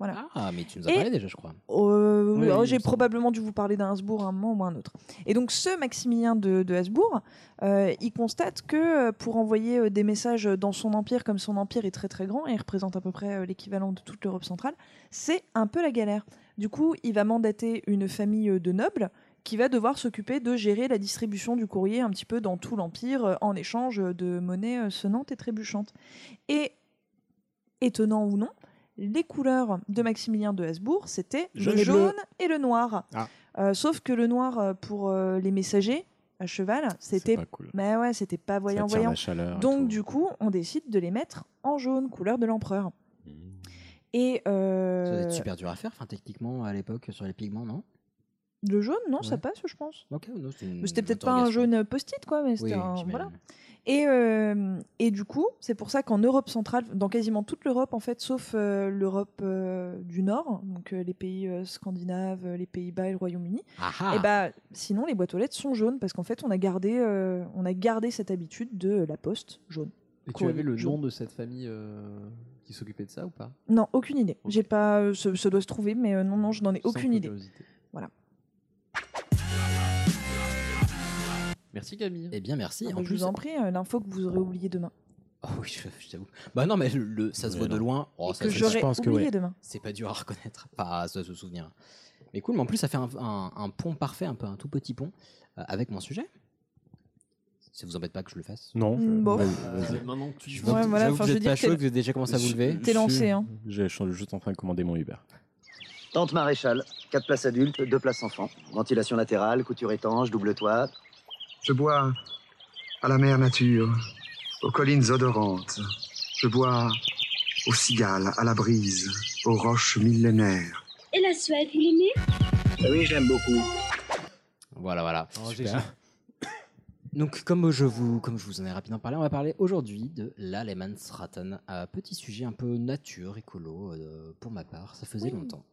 ah mais tu nous as
Et-
parlé déjà je crois
Euh,
Oui,
alors,
oui, il
J'ai
me semble.
probablement dû vous parler d'un Habsbourg à un moment ou à un autre. Et donc, ce Maximilien de, de Habsbourg, euh, il constate que euh, pour envoyer euh, des messages dans son empire, comme son empire est très très grand et il représente à peu près euh, l'équivalent de toute l'Europe centrale, c'est un peu la galère. Du coup, il va mandater une famille euh, de nobles qui va devoir s'occuper de gérer la distribution du courrier un petit peu dans tout l'Empire euh, en échange de monnaies euh, sonnantes et trébuchantes. Et, étonnant ou non, les couleurs de Maximilien de Habsbourg, c'était
Jaune
le
et bleu.
jaune et le noir.
Ah.
Euh, sauf que le noir euh, pour euh, les messagers à cheval, c'était
pas cool.
mais ouais, c'était pas voyant
attire la
voyant.
chaleur et tout.
Donc du coup, on décide de les mettre en jaune, couleur de l'empereur. Et euh,
Ça doit être super dur à faire, enfin, techniquement, à l'époque, sur les pigments, non
le jaune, non, ça
Ouais.
passe, je pense.
Ok, non, c'était une
Mais C'était peut-être pas un
interrogation.
jaune post-it, quoi, mais c'était
Mmh, Oui,
un-
j'imagine.
Voilà. Et, euh, et du coup, c'est pour ça qu'en Europe centrale, dans quasiment toute l'Europe, en fait, sauf euh, l'Europe euh, du Nord, donc euh, les pays euh, scandinaves, euh, les Pays-Bas et le Royaume-Uni,
Aha.
et bah, sinon, les boîtes aux lettres sont jaunes, parce qu'en fait, on a, gardé, euh, on a gardé cette habitude de la poste jaune.
Et tu
Courrier
avais le
jaune.
nom de cette famille euh, qui s'occupait de ça ou pas
Non, aucune idée. J'ai pas, euh, ce, ce doit se trouver, mais euh, non, non, je n'en ai
Simple
aucune idée.
curiosité.
Voilà.
Merci Camille.
Eh bien, merci.
Ah,
en
je
plus,
vous en prie, euh, l'info que vous aurez oublié demain.
Oh oui, je, je t'avoue. Bah non, mais le, le- ça se
Mais
voit de
non.
loin. Oh,
Et
ça,
que
ça-
j'aurais oublié demain.
C'est pas dur à reconnaître, pas à se se souvenir. Mais cool, mais en plus, ça fait un, un- un pont parfait, un peu un tout petit pont euh, avec mon sujet. Ça vous embête pas que je le fasse
Non. bah
Mm, bon.
Vas-y,
Euh,
vas-y.
maintenant que tu-
Je
Ouais,
vois que-
voilà,
j'avoue que
enfin,
vous
je
êtes
veux
pas
dire,
chaud,
t'es-
que vous avez déjà commencé à vous lever.
T'es lancé, hein.
Je suis juste en train de commander mon Uber.
Tente maréchal, 4 places adultes, 2 places enfants. Ventilation latérale, couture étanche, double toit.
Je bois à la mer nature, aux collines odorantes. Je bois aux cigales, à la brise, aux roches millénaires.
Et la Suède, vous l'aimez
Oui, je l'aime beaucoup.
Voilà, voilà.
j'ai
Super. Donc, comme je, vous, comme je vous en ai rapidement parlé, on va parler aujourd'hui de l'Allemansratten. Un petit sujet un peu nature, écolo, euh, pour ma part. Ça faisait
Oui.
longtemps.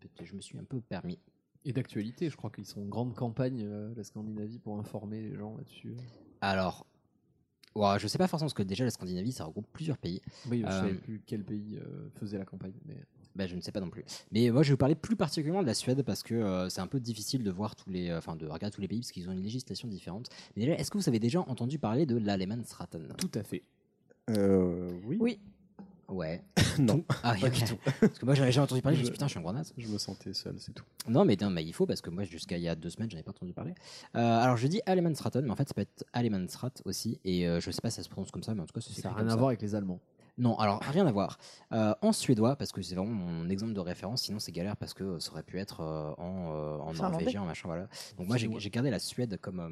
Peut-être Je me suis un peu permis.
Et d'actualité, je crois qu'ils sont en grande campagne, euh, la Scandinavie, pour informer les gens là-dessus.
Alors, ouah, je sais pas forcément, parce que déjà, la Scandinavie, ça regroupe plusieurs pays.
Oui, je ne
Euh,
savais plus quel pays euh, faisait la campagne. Mais...
Bah, je ne sais pas non plus. Mais moi, je vais vous parler plus particulièrement de la Suède parce que euh, c'est un peu difficile de voir tous les, euh, enfin, de regarder tous les pays parce qu'ils ont une législation différente. Mais déjà, est-ce que vous avez déjà entendu parler de l'Allemansratten
Tout à fait.
Euh, oui.
Oui.
Ouais.
non.
Ah oui,
Pas
ok.
du tout.
Parce que moi, j'avais jamais entendu parler. Je me suis dit, putain, je suis un gros naze.
Je me sentais seul, c'est tout.
Non, mais, non, mais il faut parce que moi, jusqu'à il y a deux semaines, j'en ai pas entendu parler. Euh, alors, je dis Allemansratten, mais en fait, ça peut être Allemansrat aussi. Et euh, je sais pas si ça se prononce comme ça, mais en tout cas, ça
Ça n'a rien à voir avec les Allemands.
Non, alors rien à voir. Euh, en suédois, parce que c'est vraiment mon exemple de référence, sinon c'est galère parce que euh, ça aurait pu être euh, en, euh, en
Finlandais.
norvégien, machin, voilà. Donc moi j'ai
Finnois.
j'ai gardé la Suède comme, euh,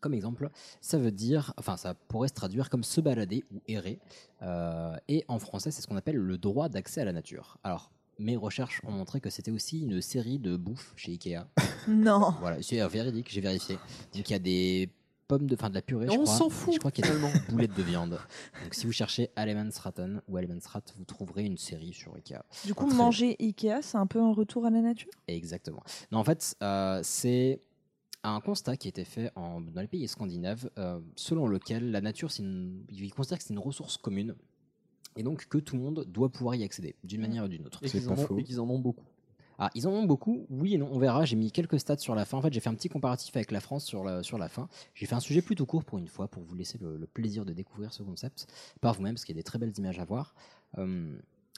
comme exemple. Ça veut dire, enfin ça pourrait se traduire comme se balader ou errer. Euh, et en français, c'est ce qu'on appelle le droit d'accès à la nature. Alors. Mes recherches ont montré que c'était aussi une série de bouffes chez Ikea.
Non.
Voilà, c'est euh, véridique, j'ai vérifié. Donc il y a des pommes de, enfin de la purée. je
On
crois.
s'en fout,
Je crois qu'il y a des
finalement.
boulettes de viande. Donc si vous cherchez Allemansratten ou Allemansrat, vous trouverez une série sur Ikea.
Du coup,
Très-
manger Ikea, c'est un peu un retour à la nature
Exactement. Non, en fait, euh, c'est un constat qui a été fait en- dans les pays scandinaves, euh, selon lequel la nature, c'est une- ils considèrent que c'est une ressource commune et donc que tout le monde doit pouvoir y accéder d'une manière ou d'une autre.
Mm. Et qu'ils en, ont- et qu'ils en ont beaucoup.
Ah, ils en ont beaucoup Oui et non, on verra. J'ai mis quelques stats sur la fin. En fait, j'ai fait un petit comparatif avec la France sur la, sur la fin. J'ai fait un sujet plutôt court pour une fois, pour vous laisser le, le plaisir de découvrir ce concept par vous-même, parce qu'il y a des très belles images à voir. Euh,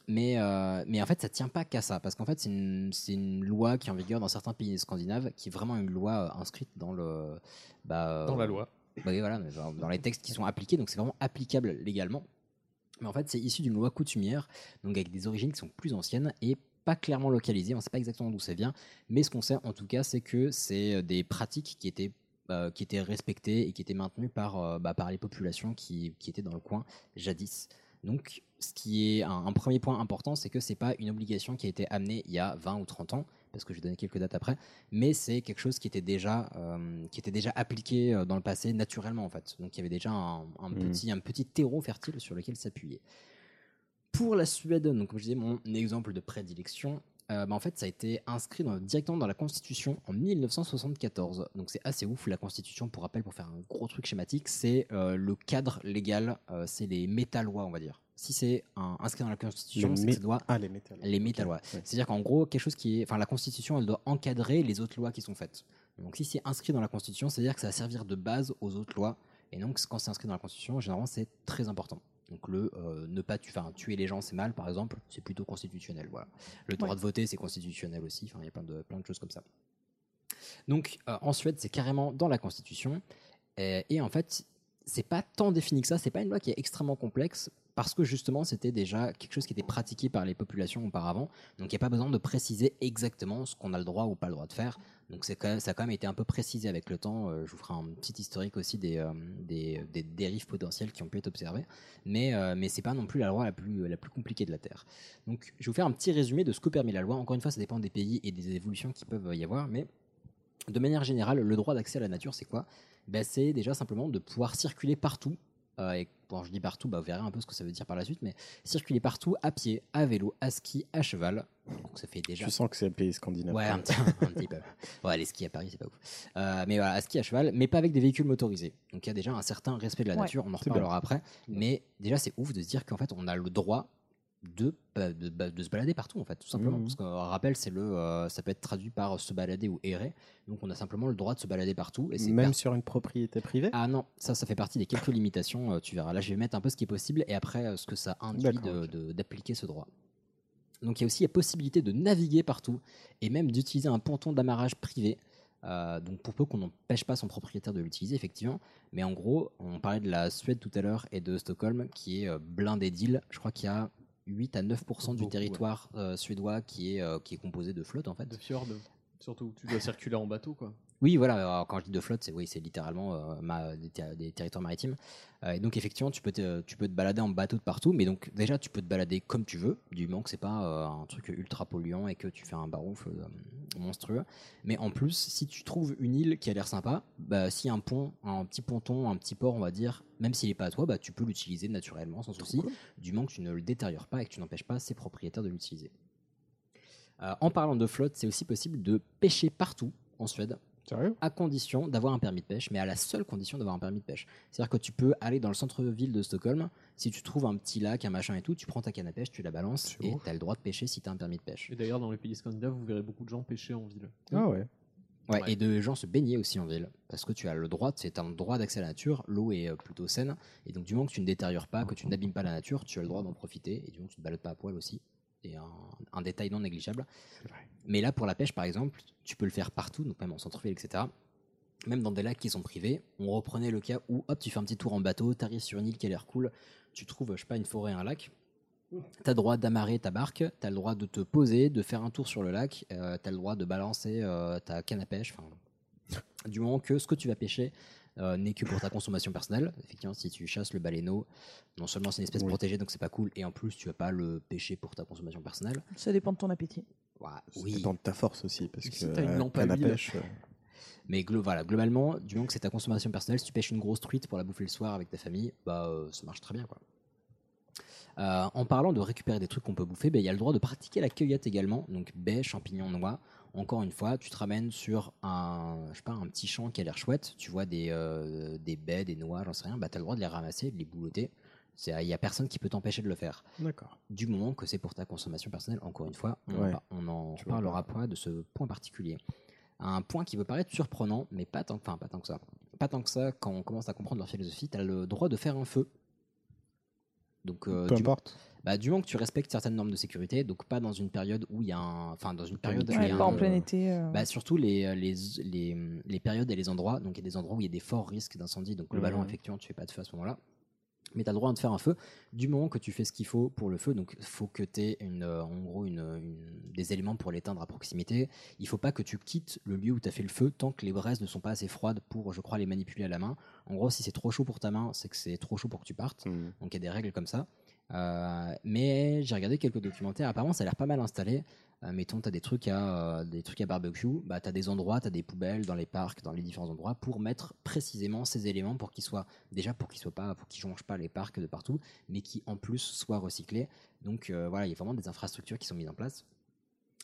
mais, euh, mais en fait, ça tient pas qu'à ça, parce qu'en fait, c'est une, c'est une loi qui est en vigueur dans certains pays scandinaves, qui est vraiment une loi euh, inscrite dans le... bah,
Dans la
euh,
loi.
oui, voilà, mais dans dans les textes qui sont appliqués, donc c'est vraiment applicable légalement. Mais en fait, c'est issu d'une loi coutumière, donc avec des origines qui sont plus anciennes et pas clairement localisées. On ne sait pas exactement d'où ça vient, mais ce qu'on sait en tout cas, c'est que c'est euh, des pratiques qui étaient, euh, qui étaient respectées et qui étaient maintenues par, euh, bah, par les populations qui, qui étaient dans le coin jadis. Donc, ce qui est un, un premier point important, c'est que c'est pas une obligation qui a été amenée il y a 20 ou 30 ans, parce que je vais donner quelques dates après, mais c'est quelque chose qui était déjà, euh, qui était déjà appliqué euh, dans le passé naturellement en fait. Donc, il y avait déjà un, un
Mhm.
petit, un petit terreau fertile sur lequel s'appuyer. Pour la Suède, donc comme je disais, mon exemple de prédilection, euh, bah, en fait, ça a été inscrit dans- directement dans la Constitution en 1974. Donc c'est assez ouf. La Constitution, pour rappel, pour faire un gros truc schématique, c'est euh, le cadre légal, euh, c'est les métalois, on va dire. Si c'est un- inscrit dans la Constitution,
Les
c'est que
mé-
ça doit
Ah, les métalois.
les métalois. C'est-à-dire qu'en gros, quelque chose qui est, enfin, la Constitution, elle doit encadrer les autres lois qui sont faites. Donc, si c'est inscrit dans la Constitution, c'est-à-dire que ça va servir de base aux autres lois. Et donc, quand c'est inscrit dans la Constitution, généralement, c'est très important. Donc, le euh, ne pas tu, enfin, tuer les gens, c'est mal, par exemple, c'est plutôt constitutionnel. Voilà. Le droit
Ouais.
de voter, c'est constitutionnel aussi. Enfin, il y a plein de, plein de choses comme ça. Donc euh, en Suède, c'est carrément dans la Constitution. Euh, et en fait, c'est pas tant défini que ça. C'est pas une loi qui est extrêmement complexe parce que justement, c'était déjà quelque chose qui était pratiqué par les populations auparavant. Donc il n'y a pas besoin de préciser exactement ce qu'on a le droit ou pas le droit de faire. Donc c'est quand même- ça a quand même été un peu précisé avec le temps. Euh, je vous ferai un petit historique aussi des, euh, des, des dérives potentielles qui ont pu être observées. Mais, euh, mais ce n'est pas non plus la loi la plus, la plus compliquée de la Terre. Donc je vais vous faire un petit résumé de ce que permet la loi. Encore une fois, ça dépend des pays et des évolutions qui peuvent y avoir. Mais de manière générale, le droit d'accès à la nature, c'est quoi Ben, C'est déjà simplement de pouvoir circuler partout. Euh, et quand je dis partout, bah, vous verrez un peu ce que ça veut dire par la suite, mais circuler partout à pied, à vélo, à ski, à cheval. Donc ça fait déjà.
Je sens que c'est un pays scandinave.
Ouais, un petit, un petit peu. Ouais, les skis à Paris, c'est pas ouf. Euh, mais voilà, à ski à cheval, mais pas avec des véhicules motorisés. Donc il y a déjà un certain respect de la
Ouais.
nature, on en
C'est bien.
reparlera après. Mais déjà, c'est ouf de se dire qu'en fait, on a le droit de, bah, de, bah, de se balader partout, en fait, tout simplement.
Mhm.
Parce qu'un rappel, c'est le, euh, ça peut être traduit par euh, se balader ou errer. Donc on a simplement le droit de se balader partout. Et c'est
Même
per-
sur une propriété privée
Ah non, ça, ça fait partie des quelques limitations, euh, tu verras. Là, je vais mettre un peu ce qui est possible et après euh, ce que ça induit
D'accord,
de- de- d'appliquer ce droit. Donc il y a aussi la possibilité de naviguer partout et même d'utiliser un ponton d'amarrage privé. Euh, donc pour peu qu'on n'empêche pas son propriétaire de l'utiliser, effectivement. Mais en gros, on parlait de la Suède tout à l'heure et de Stockholm qui est euh, blindé d'îles. Je crois qu'il y a 8 à 9% du territoire euh, suédois qui est, euh, qui est composé de flottes en fait.
De fjord, surtout. Tu dois circuler en bateau, quoi.
Oui, voilà. alors, quand je dis de flotte, c'est oui, c'est littéralement euh, ma- des, ter- des territoires maritimes. Euh, et donc effectivement, tu peux te, tu peux te balader en bateau de partout, mais donc déjà tu peux te balader comme tu veux, du moment que c'est pas euh, un truc ultra polluant et que tu fais un barouf euh, monstrueux. Mais en plus, si tu trouves une île qui a l'air sympa, bah, si un pont, un petit ponton, un petit port, on va dire, même s'il est pas à toi, bah, tu peux l'utiliser naturellement sans souci, du moment que tu ne le détériores pas et que tu n'empêches pas ses propriétaires de l'utiliser. Euh, en parlant de flotte, c'est aussi possible de pêcher partout en Suède. À condition d'avoir un permis de pêche, mais à la seule condition d'avoir un permis de pêche. C'est-à-dire que tu peux aller dans le centre-ville de Stockholm, si tu trouves un petit lac, un machin et tout, tu prends ta canne à pêche, tu la balances et tu as le droit de pêcher si tu as un permis de pêche.
Et d'ailleurs, dans les pays scandinaves, vous verrez beaucoup de gens pêcher en ville.
Ah Mm.
Ouais, et de gens se baigner aussi en ville. Parce que tu as le droit, c'est un droit d'accès à la nature, l'eau est euh, plutôt saine. Et donc, du moment que tu ne détériores pas, que tu n'abîmes pas la nature, tu as le droit d'en profiter. Et du moment que tu ne te balades pas à poil aussi. C'est un, un détail non négligeable. Mais là, pour la pêche, par exemple, tu peux le faire partout, donc même en centre-ville, etc. Même dans des lacs qui sont privés, on reprenait le cas où, hop, tu fais un petit tour en bateau, t'arrives sur une île qui a l'air cool, tu trouves, je sais pas, une forêt, un lac, T'as le droit d'amarrer ta barque, t'as le droit de te poser, de faire un tour sur le lac, euh, t'as le droit de balancer euh, ta canne à pêche. enfin, Du moment que ce que tu vas pêcher euh, n'est que pour ta consommation personnelle. Effectivement, si tu chasses le baleineau, non seulement c'est une espèce protégée, donc c'est pas cool, et en plus tu vas pas le pêcher pour ta consommation personnelle.
Ça dépend de ton appétit.
Oui.
Dépend de ta force aussi, parce que
t'as une
euh,
lampe à
canne à
huile.
pêche. euh,
Mais glo- voilà, globalement, du moment que c'est ta consommation personnelle, si tu pêches une grosse truite pour la bouffer le soir avec ta famille, bah euh, ça marche très bien quoi. Euh, en parlant de récupérer des trucs qu'on peut bouffer, bah, il y a le droit de pratiquer la cueillette également, donc baies, champignons, noix. Encore une fois, tu te ramènes sur un, je sais pas, un petit champ qui a l'air chouette, tu vois des, euh, des baies, des noix, j'en sais rien, bah, tu as le droit de les ramasser, de les boulotter. C'est- Il n'y a personne qui peut t'empêcher de le faire.
D'accord.
Du moment que c'est pour ta consommation personnelle, encore une fois, on, en
Ouais.
par- on en parlera point de ce point particulier. Un point qui peut paraître surprenant, mais pas tant, enfin, pas tant que ça. Pas tant que ça, quand on commence à comprendre leur philosophie, tu as le droit de faire un feu. Donc, euh,
Peu
du-
importe.
bah, du moment que tu respectes certaines normes de sécurité, donc pas dans une période où il y a un. Enfin, dans une période. où il y a
Ouais, pas
un-
en plein été. euh,
bah, surtout les, les, les, les périodes et les endroits. Donc, il y a des endroits où il y a des forts risques d'incendie. Donc, le ballon,
Mhm.
effectivement, tu fais pas de feu à ce moment-là. Mais tu as le droit de faire un feu du moment que tu fais ce qu'il faut pour le feu. Donc, faut que tu aies une, euh, en gros une, une- des éléments pour l'éteindre à proximité. Il faut pas que tu quittes le lieu où tu as fait le feu tant que les braises ne sont pas assez froides pour, je crois, les manipuler à la main. En gros, si c'est trop chaud pour ta main, c'est que c'est trop chaud pour que tu partes.
Mm.
Donc, il y a des règles comme ça. Euh, mais j'ai regardé quelques documentaires. Apparemment, ça a l'air pas mal installé. Euh, mettons, tu as des trucs à, euh, des trucs à barbecue, bah, tu as des endroits, tu as des poubelles dans les parcs, dans les différents endroits pour mettre précisément ces éléments pour qu'ils soient, déjà pour qu'ils soient pas, pour qu'ils jonchent pas les parcs de partout, mais qui en plus soient recyclés. Donc euh, voilà, il y a vraiment des infrastructures qui sont mises en place.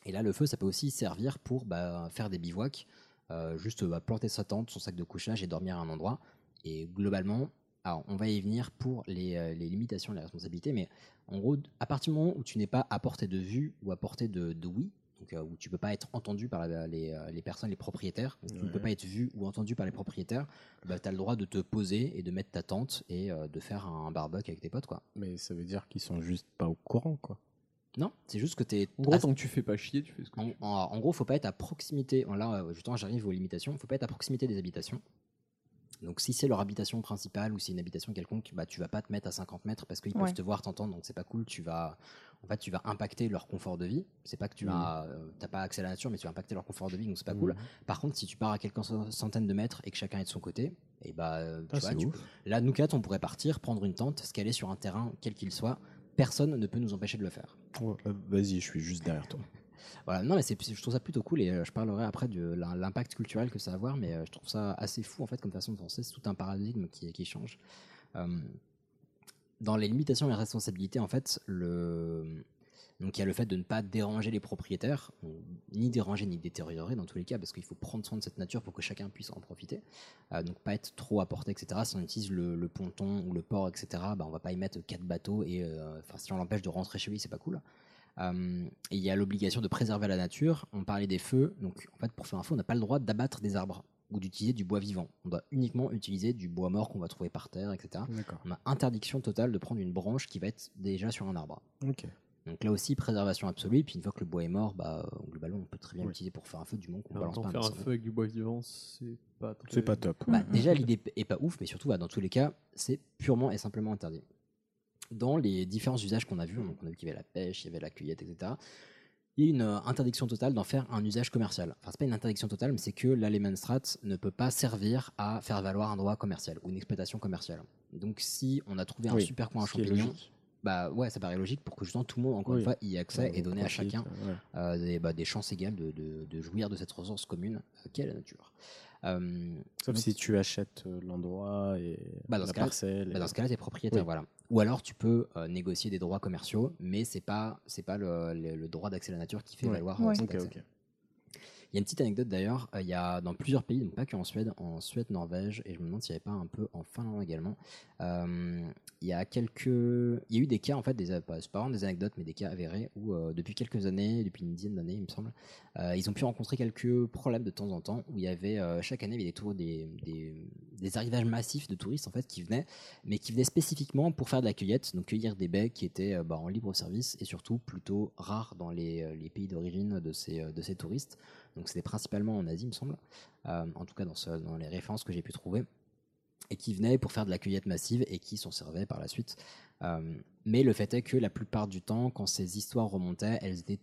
Et là, le feu, ça peut aussi servir pour bah, faire des bivouacs, euh, juste bah, planter sa tente, son sac de couchage et dormir à un endroit. Et globalement, alors on va y venir pour les, euh, les limitations et les responsabilités, mais en gros, à partir du moment où tu n'es pas à portée de vue ou à portée de, de oui, donc euh, où tu peux pas être entendu par la- les, euh, les personnes, les propriétaires, où tu ne peux
Ouais.
pas être vu ou entendu par les propriétaires, bah, tu as le droit de te poser et de mettre ta tente et euh, de faire un barbecue avec tes potes. quoi.
Mais ça veut dire qu'ils sont juste pas au courant, quoi.
Non, Ah, c'est juste que t'es.
En gros, tant que tu fais pas chier, tu fais ce que
en, en, en gros, faut pas être à proximité. Là, euh, justement, j'arrive aux limitations. Faut pas être à proximité des habitations. Donc, si c'est leur habitation principale ou c'est une habitation quelconque, bah, tu vas pas te mettre à 50 mètres parce qu'ils
Ouais.
peuvent te voir, t'entendre, donc c'est pas cool. Tu vas, en fait, tu vas impacter leur confort de vie. C'est pas que
Mmh.
tu vas, euh, t'as pas accès à la nature, mais tu vas impacter leur confort de vie, donc c'est pas cool.
Mhm.
Par contre, si tu pars à quelques cent- centaines de mètres et que chacun est de son côté, et bah, euh, tu
Ah,
vois,
c'est
tu
ouf.
peux- là, nous quatre, on pourrait partir, prendre une tente, se caler sur un terrain, quel qu'il soit. Personne ne peut nous empêcher de le faire.
Ouais, euh, Vas-y, je suis juste derrière toi.
Voilà, non, mais c'est- je trouve ça plutôt cool et euh, je parlerai après de la- l'impact culturel que ça va avoir, mais euh, je trouve ça assez fou en fait comme façon de penser. C'est tout un paradigme qui, qui change. Euh, dans les limitations et les responsabilités, en fait, le... donc il y a le fait de ne pas déranger les propriétaires, ou ni déranger ni détériorer dans tous les cas, parce qu'il faut prendre soin de cette nature pour que chacun puisse en profiter. Euh, donc pas être trop à portée, etc. Si on utilise le, le ponton ou le port, etc., bah, on va pas y mettre quatre bateaux et euh, enfin, si on l'empêche de rentrer chez lui, c'est pas cool. Euh, et il y a l'obligation de préserver la nature. On parlait des feux, donc en fait, pour faire un feu, on n'a pas le droit d'abattre des arbres ou d'utiliser du bois vivant. On doit uniquement utiliser du bois mort qu'on va trouver par terre, etc. On a interdiction totale de prendre une branche qui va être déjà sur un arbre.
Ok.
Donc là aussi, préservation absolue. Et puis une fois que le bois est mort, bah, euh, globalement, on peut très bien
Oui.
l'utiliser pour faire un feu du monde qu'on
En même
balance
temps,
pas.
faire un
incendie.
feu avec du bois vivant, c'est pas très-
Bah, déjà, l'idée est pas ouf, mais surtout, bah, dans tous les cas, c'est purement et simplement interdit. Dans les différents usages qu'on a vus, donc on a vu qu'il y avait la pêche, il y avait la cueillette, etc. Il y a une euh, interdiction totale d'en faire un usage commercial. Enfin, c'est pas une interdiction totale, mais c'est que l'Allemannstrat ne peut pas servir à faire valoir un droit commercial ou une exploitation commerciale. Donc, si on a trouvé un
Oui,
super coin à
ce qui est
champignons,
logique.
bah ouais, ça paraît logique pour que justement tout le monde, encore
Oui.
une fois, y ait accès
Ouais,
et
on
donner à
profite,
chacun
ouais.
euh, des, bah, des chances égales de, de- de jouir de cette ressource commune euh, qu'est la nature. Euh,
Sauf
donc-
si tu achètes euh, l'endroit et
bah, dans,
la
ce cas-là,
parcelle. et-
bah, dans ce cas-là, t'es propriétaire,
Oui.
voilà. Ou alors tu peux euh, négocier des droits commerciaux, mais c'est pas c'est pas le, le- le droit d'accès à la nature qui fait
Ouais.
valoir. euh,
Ouais.
cet
Ok,
accès.
ok.
Il y a une petite anecdote d'ailleurs. euh, Il y a dans plusieurs pays, donc pas que en Suède, en Suède, Norvège, et je me demande s'il n'y avait pas un peu en Finlande également. euh, il y a quelques, il y a eu des cas en fait, des pas c'est pas vraiment des anecdotes, mais des cas avérés où euh, depuis quelques années, depuis une dizaine d'années, il me semble, euh, ils ont pu rencontrer quelques problèmes de temps en temps où il y avait euh, chaque année il y avait des, tours, des, des, des arrivages massifs de touristes en fait qui venaient, mais qui venaient spécifiquement pour faire de la cueillette, donc cueillir des baies qui étaient euh, bah, en libre service et surtout plutôt rares dans les, euh, les pays d'origine de ces, euh, de ces touristes. Donc c'était principalement en Asie, il me semble, Euh, en tout cas dans, ce- dans les références que j'ai pu trouver et qui venaient pour faire de la cueillette massive et qui s'en servaient par la suite. Euh, mais le fait est que la plupart du temps, quand ces histoires remontaient, elles étaient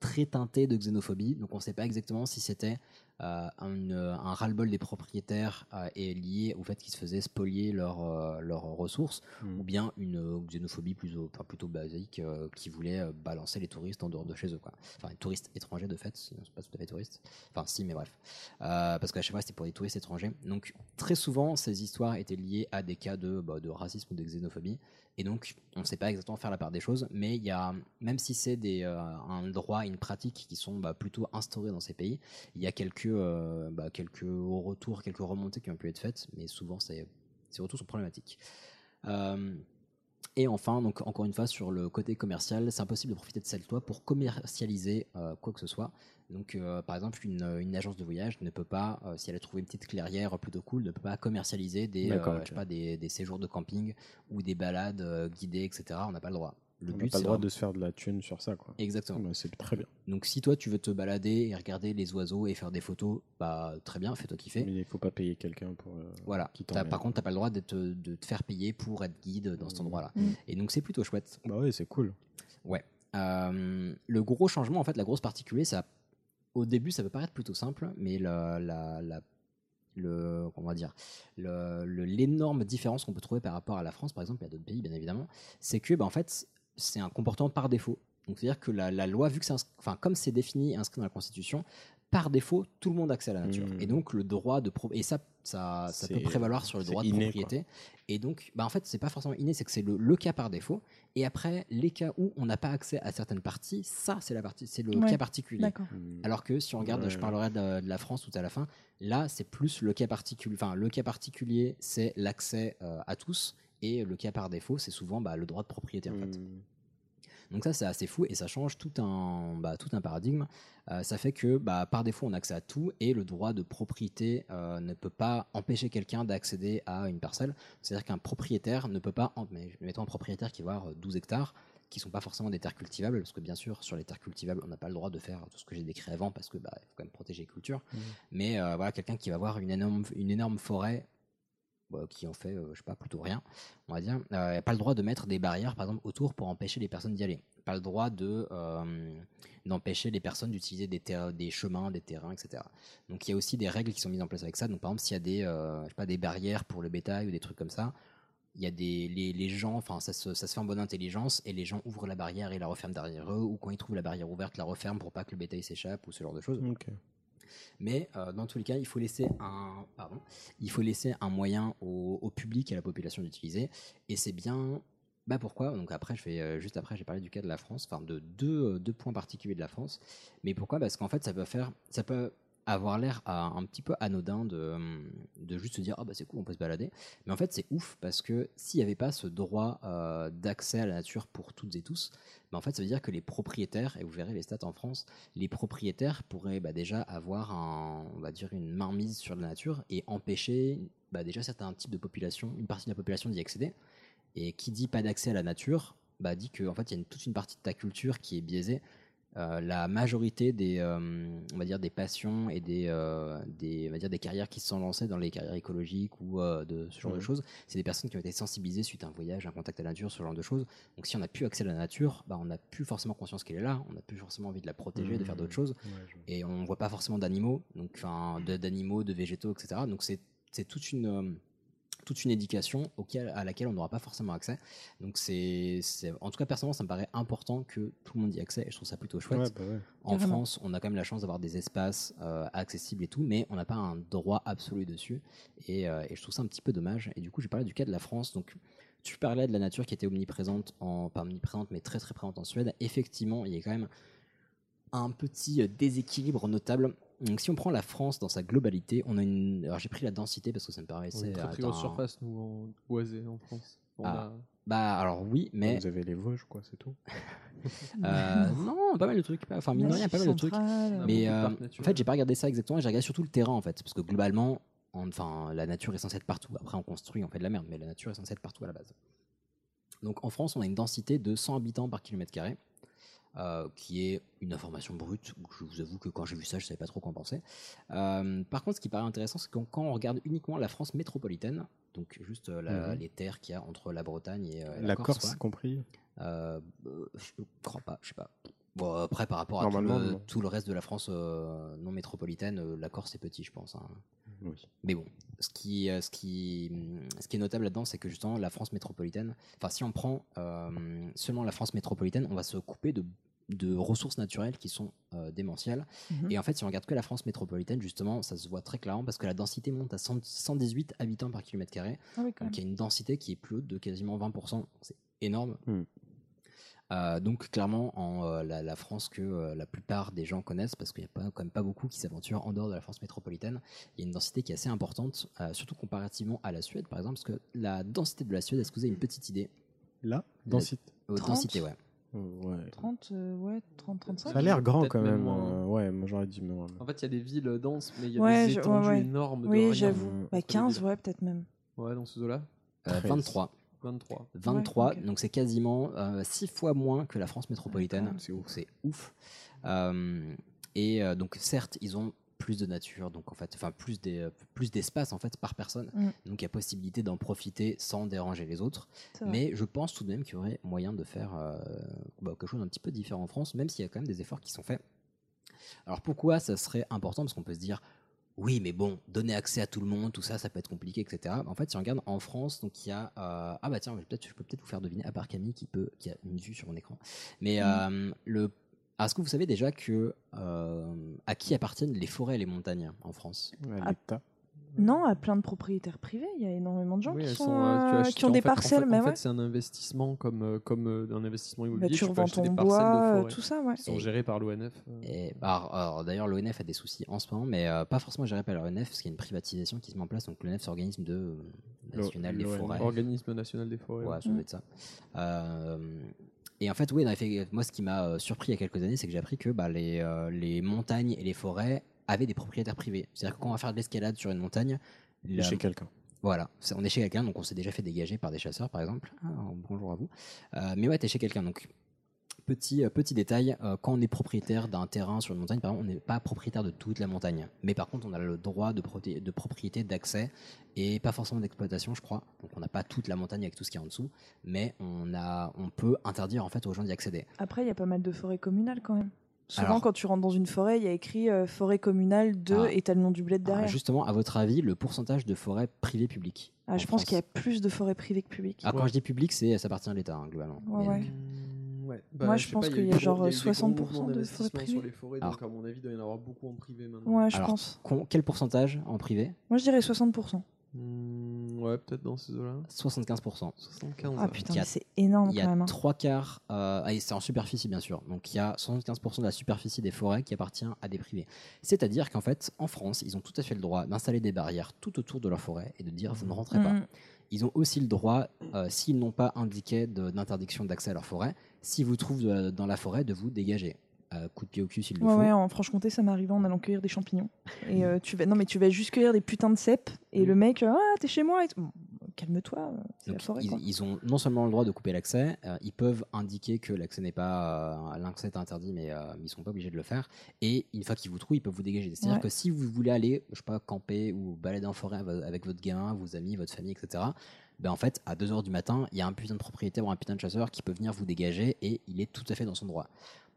très teintées de xénophobie. Donc on ne sait pas exactement si c'était euh, un, euh, un ras-le-bol des propriétaires euh, et lié au fait qu'ils se faisaient spolier leurs euh, leurs ressources,
Mm.
ou bien une euh, xénophobie plus, au- enfin, plutôt basique euh, qui voulait euh, balancer les touristes en dehors de chez eux. Quoi. Enfin, les touristes étrangers de fait, sinon c'est pas tout à fait touriste. Enfin, si, mais bref. Euh, parce qu'à chaque fois, c'était pour des touristes étrangers. Donc, très souvent, ces histoires étaient liées à des cas de, bah, de racisme ou de xénophobie. Et donc, on ne sait pas exactement faire la part des choses, mais il y a, même si c'est des, euh, un droit et une pratique qui sont bah, plutôt instaurés dans ces pays, il y a quelques, euh, bah, quelques retours, quelques remontées qui ont pu être faites, mais souvent, c'est- ces retours sont problématiques. Euh, et enfin, donc encore une fois, sur le côté commercial, c'est impossible de profiter de cette loi pour commercialiser euh, quoi que ce soit. Donc, euh, par exemple, une, euh, une agence de voyage ne peut pas, euh, si elle a trouvé une petite clairière plutôt cool, ne peut pas commercialiser des, euh,
D'accord, ok.
je sais pas, des, des séjours de camping ou des balades euh, guidées, etc. On n'a pas le droit. Le
on n'a
but,
pas
c'est
le droit
vraiment-
de se faire de la thune sur ça. Quoi.
Exactement.
Bah, c'est très bien.
Donc, si toi tu veux te balader et regarder les oiseaux et faire des photos, bah très bien, fais-toi kiffer.
Mais il faut pas payer quelqu'un pour. euh,
Voilà.
qui
T'as-
t'emmène. Mmh.
par contre, t'as pas le droit de te, de te faire payer pour être guide dans cet endroit-là. Et donc, c'est plutôt chouette.
Bah ouais, c'est cool.
Ouais. Euh, le gros changement, en fait, la grosse particulier, ça, au début, ça peut paraître plutôt simple, mais la, la- la- le, comment dire, le- le- l'énorme différence qu'on peut trouver par rapport à la France, par exemple, et à d'autres pays, bien évidemment, c'est que, bah, en fait, c'est un comportement par défaut. Donc, c'est-à-dire que la, la loi, vu que c'est ins- enfin, comme c'est défini et inscrit dans la Constitution, par défaut, tout le monde a accès à la nature.
Mhm.
Et donc, le droit de. pro- et ça, ça, ça peut
C'est-
prévaloir sur le
c'est
droit de
inné, quoi.
propriété. Et donc, bah en fait, c'est pas forcément inné, c'est que c'est le, le cas par défaut. Et après, les cas où on n'a pas accès à certaines parties, ça, c'est la partie, c'est le
Ouais,
cas particulier.
d'accord.
Mmh.
Alors que si on regarde, je
Ouais.
parlerai de, de la France tout à la fin. Là, c'est plus le cas particulier. Enfin, le cas particulier, c'est l'accès euh, à tous. Et le cas par défaut, c'est souvent bah, le droit de propriété en fait.
Mmh.
Donc ça, c'est assez fou et ça change tout un, bah, tout un paradigme. Euh, ça fait que bah, par défaut, on a accès à tout et le droit de propriété euh, ne peut pas empêcher quelqu'un d'accéder à une parcelle. C'est-à-dire qu'un propriétaire ne peut pas, en- mais mettons un propriétaire qui va avoir 12 hectares, qui sont pas forcément des terres cultivables, parce que bien sûr, sur les terres cultivables, on n'a pas le droit de faire tout ce que j'ai décrit avant, parce que bah, il faut quand même protéger les cultures.
Mhm.
Mais euh, voilà, quelqu'un qui va avoir une énorme, une énorme forêt, bah, qui en fait, euh, je sais pas, plutôt rien, on va dire, euh, il a pas le droit de mettre des barrières, par exemple, autour pour empêcher les personnes d'y aller. Pas le droit de euh, d'empêcher les personnes d'utiliser des, ter- des chemins, des terrains, etc. Donc il y a aussi des règles qui sont mises en place avec ça. Donc par exemple, s'il y a des, euh, je sais pas, des barrières pour le bétail ou des trucs comme ça, il y a des les, les gens, enfin ça se, ça se fait en bonne intelligence et les gens ouvrent la barrière et la referment derrière eux ou quand ils trouvent la barrière ouverte, la referment pour pas que le bétail s'échappe ou ce genre de choses. Mais euh, dans tous les cas, il faut laisser un, pardon, il faut laisser un moyen au, au public et à la population d'utiliser. Et c'est bien. Bah pourquoi Donc après, je vais euh, juste après, j'ai parlé du cas de la France, enfin de deux, euh, deux points particuliers de la France. Mais pourquoi Parce qu'en fait, ça peut faire, ça peut avoir l'air euh, un petit peu anodin de, euh, de juste se dire ah bah c'est cool, on peut se balader. Mais en fait, c'est ouf parce que s'il n'y avait pas ce droit euh, d'accès à la nature pour toutes et tous, bah en fait, ça veut dire que les propriétaires, et vous verrez les stats en France, les propriétaires pourraient bah, déjà avoir un, on va dire une mainmise sur la nature et empêcher bah, déjà certains types de population, une partie de la population d'y accéder. Et qui dit pas d'accès à la nature, bah, dit qu'en fait, il y a une- toute une partie de ta culture qui est biaisée. Euh, la majorité des, euh, on va dire, des passions et des, euh, des, on va dire, des carrières qui se sont lancées dans les carrières écologiques ou euh, de ce genre de
Mhm.
choses, c'est des personnes qui ont été sensibilisées suite à un voyage, un contact à la nature, ce genre de choses. Donc, si on n'a plus accès à la nature, bah, on n'a plus forcément conscience qu'elle est là, on n'a plus forcément envie de la protéger, de faire d'autres choses et on voit pas forcément d'animaux, donc enfin de- d'animaux, de végétaux, etc. Donc c'est c'est toute une euh, toute une éducation auquel, à laquelle on n'aura pas forcément accès. Donc c'est c'est- en tout cas personnellement ça me paraît important que tout le monde y ait accès. Et je trouve ça plutôt chouette.
Ouais, bah ouais.
En
Carrément.
France, on a quand même la chance d'avoir des espaces euh, accessibles et tout, mais on n'a pas un droit absolu dessus. Et, euh, et je trouve ça un petit peu dommage. Et du coup, j'ai parlé du cas de la France. Donc, tu parlais de la nature qui était omniprésente, en, pas omniprésente, mais très très présente en Suède. Effectivement, il y a quand même un petit euh, déséquilibre notable. Donc, si on prend la France dans sa globalité, on a une. Alors, j'ai pris la densité parce que ça me paraissait.
On a une très, très grosse
être un-
surface, nous, en boisée, en France. On
Ah,
a-
Bah, alors oui, mais. Vous
avez les Vosges, quoi, c'est tout.
Euh, non, pas mal de trucs. pas- Enfin, mine de
Bah,
Massif
rien, pas mal de trucs.
central. On a
Ah
beaucoup
Mais
de
euh,
parcs
en fait, j'ai pas regardé ça exactement. J'ai regardé surtout le terrain, en fait. Parce que globalement, en- enfin, la nature est censée être partout. Après, on construit, on fait de la merde, mais la nature est censée être partout à la base. Donc en France, on a une densité de 100 habitants par kilomètre carré, euh, qui est une information brute. Je vous avoue que quand j'ai vu ça, je savais pas trop quoi en penser. Euh, par contre, ce qui paraît intéressant, c'est que quand on regarde uniquement la France métropolitaine, donc juste euh, la-
Mhm.
les terres qu'il y a entre la Bretagne et euh, la,
La Corse,
quoi.
compris.
Euh, euh, je crois pas, je sais pas. Bon, après, par rapport à tout
Normalement,
le,
non.
tout le reste de la France euh, non métropolitaine, euh, la Corse est petit, je pense. hein.
Oui.
Mais bon, ce qui, euh, ce qui, ce qui est notable là-dedans, c'est que justement, la France métropolitaine, enfin, si on prend euh, seulement la France métropolitaine, on va se couper de, de ressources naturelles qui sont euh, démentielles.
Mhm.
Et en fait, si on regarde que la France métropolitaine, justement, ça se voit très clairement parce que la densité monte à 100 118 habitants par kilomètre carré.
Ah oui, quand
donc, il y a une densité qui est plus haute de quasiment 20%. Donc, C'est énorme. Euh, donc clairement en euh, la, la France que euh, la plupart des gens connaissent parce qu'il n'y a pas, quand même pas beaucoup qui s'aventurent en dehors de la France métropolitaine. Il y a une densité qui est assez importante, euh, surtout comparativement à la Suède par exemple, parce que la densité de la Suède, est-ce que vous avez une petite idée
Là
La-
Densité.
Oh,
30.
Densité, ouais.
Ouais.
30, euh, ouais, 30, 35.
Ça a l'air grand
Peut-être
quand
même
même.
moins.
euh, ouais, moi j'aurais dit moins.
En fait, il y a des villes denses, mais il y a
Ouais,
des
je- ouais,
étendues
ouais.
énormes de rien. euh,
Oui, j'avoue. Bah,
entre les
15,
villes.
ouais, peut-être même.
Ouais, dans ce zoo-là.
Euh, 23.
23.
23, donc c'est quasiment 6 fois moins que la France métropolitaine.
D'accord.
C'est ouf. C'est ouf. Euh, et euh, donc certes, ils ont plus de nature, donc en fait, enfin plus des euh, plus d'espace en fait par personne.
Mm.
Donc il y a possibilité d'en profiter sans déranger les autres.
C'est vrai.
Mais je pense tout de même qu'il y aurait moyen de faire euh, bah, quelque chose d'un petit peu différent en France, même s'il y a quand même des efforts qui sont faits. Alors pourquoi ça serait important Parce qu'on peut se dire, oui, mais bon, donner accès à tout le monde, tout ça, ça peut être compliqué, etc. En fait, si on regarde en France, donc il y a. euh, ah bah tiens, peut je peux peut-être vous faire deviner, à part Camille qui, peut, qui a une vue sur mon écran. Mais
Mm.
euh, le. ah, Est-ce que vous savez déjà que euh, à qui appartiennent les forêts et les montagnes en France
À l'État.
Non, à plein de propriétaires privés, il y a énormément de gens
Oui,
qui,
elles
sont,
sont, euh, tu
euh,
achètes-
qui ont
en
des
fait- en
parcelles,
fait-
mais
en fait,
ouais. Bah,
c'est un investissement comme, euh, comme euh, un investissement immobilier.
tu
peux
revends
acheter des
ton
parcelles
bois,
de
euh,
forêt
tout ça, ouais.
qui sont
Et-
gérées par l'ONF.
Et par- alors, d'ailleurs, l'ONF a des soucis en ce moment, mais euh, pas forcément géré par l'ONF, parce qu'il y a une privatisation qui se met en place. Donc, l'ONF, c'est l'organisme de, euh,
L'O-
national des
l'ONF.
forêts.
Organisme national des forêts,
Ouais,
ouais.
ça doit être ça. Euh, et en fait, oui, en effet, moi, ce qui m'a euh, surpris il y a quelques années, c'est que j'ai appris que bah, les, euh, les montagnes et les forêts avaient des propriétaires privés. C'est-à-dire que quand on va faire de l'escalade sur une montagne,
Et chez quelqu'un.
Voilà, C'est- on est chez quelqu'un, donc on s'est déjà fait dégager par des chasseurs, par exemple. Ah, bonjour à vous. Euh, mais ouais, t'es chez quelqu'un, donc Petit, euh, petit détail, euh, quand on est propriétaire d'un terrain sur une montagne, par exemple, on n'est pas propriétaire de toute la montagne. Mais par contre, on a le droit de, proté- de propriété, d'accès, et pas forcément d'exploitation, je crois. Donc on n'a pas toute la montagne avec tout ce qu'il y a en dessous, mais on, a, on peut interdire en fait aux gens d'y accéder.
Après, il y a pas mal de forêts communales quand même. Souvent,
Alors-
quand tu rentres dans une forêt, il y a écrit euh, forêt communale de
Ah.
et t'as le nom du bled
Ah,
derrière.
justement, à votre avis, le pourcentage de forêts privées publiques
Ah, je pense qu'il y a plus de forêts privées que publiques.
Ah, Quand je dis public, c'est ça appartient à l'État, hein, globalement.
Ouais,
Mais-
ouais.
Bah,
Moi, je
sais
pense
pas, eu
qu'il y a
des gros- il
genre
eu des gros
60%
mouvements
de forêts
d'investissement sur
privées. Ah.
les forêts, donc à mon avis, il doit y en avoir beaucoup en privé maintenant.
Ouais, je
Alors,
pense.
con- quel pourcentage en privé
Moi, je dirais 60%.
Hmm, ouais, peut-être dans ces eaux-là.
75%.
75.
Ah, putain,
Euh, Il y a-
mais c'est énorme
Il y
quand même,
a
hein.
trois quarts, euh, ah, et c'est en superficie bien sûr, donc il y a 75% de la superficie des forêts qui appartient à des privés. C'est-à-dire qu'en fait, en France, ils ont tout à fait le droit d'installer des barrières tout autour de leur forêt et de dire vous ne rentrez pas.
Mhm.
Ils ont aussi le droit, euh, s'ils n'ont pas indiqué de- d'interdiction d'accès à leur forêt, s'ils vous trouvent de- dans la forêt, de vous dégager. Euh, coup de pied au cul s'il le
Ouais,
faut.
ouais, en Franche-Comté, ça m'est arrivé en allant cueillir des champignons.
Mm.
Et euh, tu vas, non, mais tu vas juste cueillir des putains de cèpes. Et le mec, euh, ah, t'es chez moi. et tout. Bon, Calme-toi, euh, c'est la
Donc,
forêt.
ils,
quoi.
ils ont non seulement le droit de couper l'accès, euh, ils peuvent indiquer que l'accès n'est pas euh, l'accès est interdit, mais euh, mais ils sont pas obligés de le faire. Et une fois qu'ils vous trouvent, ils peuvent vous dégager. C'est-à-dire
Ouais.
que si vous voulez aller, je sais pas, camper ou balader en forêt avo- avec votre gamin, vos amis, votre famille, etc. Ben en fait, à 2h du matin, il y a un putain de propriétaire ou un putain de chasseur qui peut venir vous dégager et il est tout à fait dans son droit.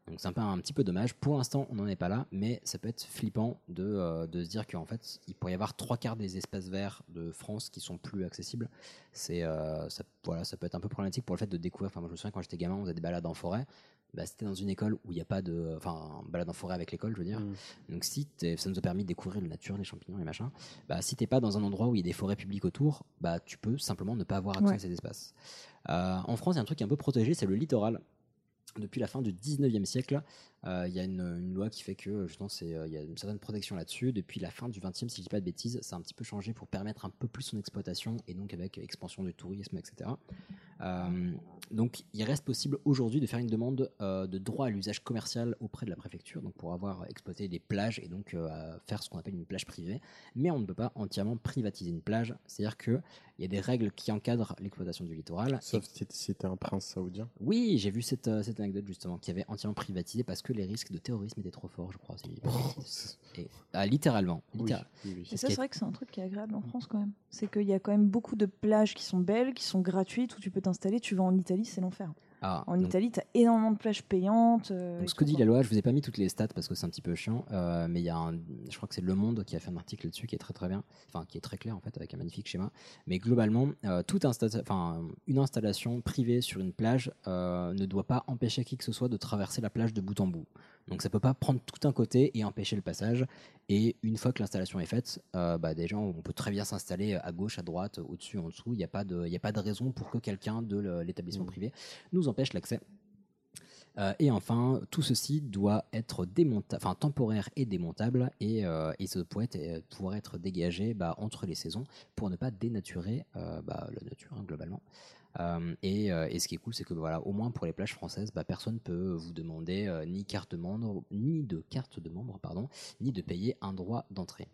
Donc c'est un, peu, un petit peu dommage. Pour l'instant, on n'en est pas là, mais ça peut être flippant de, euh, de se dire qu'en fait, il pourrait y avoir trois quarts des espaces verts de France qui sont plus accessibles. C'est euh, ça, voilà, ça peut être un peu problématique pour le fait de découvrir. Enfin, moi, je me souviens quand j'étais gamin, on faisait des balades en forêt. Bah, c'était dans une école où il n'y a pas de, enfin, balade en forêt avec l'école, je veux dire. Donc si t'es- ça nous a permis de découvrir la nature, les champignons, les machins. Bah, si t'es pas dans un endroit où il y a des forêts publiques autour, bah tu peux simplement ne pas avoir accès à
Ouais.
ces espaces. Euh, en France, il y a un truc qui est un peu protégé, c'est le littoral depuis la fin du 19e siècle, euh, il y a une, une loi qui fait que justement c'est, euh, il y a une certaine protection là-dessus. Depuis la fin du 20e, si je dis pas de bêtises, ça a un petit peu changé pour permettre un peu plus son exploitation et donc avec expansion du tourisme, etc. Euh, donc il reste possible aujourd'hui de faire une demande euh, de droit à l'usage commercial auprès de la préfecture, donc pour avoir exploité des plages et donc euh, à faire ce qu'on appelle une plage privée. Mais on ne peut pas entièrement privatiser une plage, c'est-à-dire que il y a des règles qui encadrent l'exploitation du littoral.
Sauf si t- si t'es un prince saoudien.
Oui, j'ai vu cette, euh, cette anecdote justement qui avait entièrement privatisé parce que les risques de terrorisme étaient trop forts, je crois. si je dis pas de bêtises. Et, ah, littéralement.
Oui,
littéral-
oui, oui.
Et
Ce
ça,
qui
c'est
est- Mm.
vrai que c'est un truc qui est agréable en France quand même. C'est qu'il y a quand même beaucoup de plages qui sont belles, qui sont gratuites, où tu peux t'installer. Tu vas en Italie, c'est l'enfer.
Ah,
en
donc-
Italie, t'as énormément de plages payantes. euh,
Donc,
et
ce que
tout,
dit
quoi.
la loi, je vous ai pas mis toutes les stats parce que c'est un petit peu chiant, euh, mais il y a un, je crois que c'est Le Monde qui a fait un article là-dessus qui est très très bien, enfin qui est très clair en fait avec un magnifique schéma. Mais globalement, euh, toute insta- enfin une installation privée sur une plage euh, ne doit pas empêcher qui que ce soit de traverser la plage de bout en bout. Donc ça peut pas prendre tout un côté et empêcher le passage. Et une fois que l'installation est faite, euh, bah, déjà on peut très bien s'installer à gauche, à droite, au-dessus, en dessous. Il n'y a pas de, il y a pas de raison pour que quelqu'un de le- l'établissement privé nous empêche l'accès. Euh, et enfin, tout ceci doit être démonta- enfin, temporaire et démontable, et, euh, et ça pourrait être, euh, pouvoir être dégagé bah, entre les saisons pour ne pas dénaturer euh, bah, la nature hein, globalement. Euh, et, euh, et ce qui est cool, c'est que voilà, au moins pour les plages françaises, bah, personne peut vous demander euh, ni carte de membre, ni de carte de membre, pardon, ni de payer un droit d'entrée.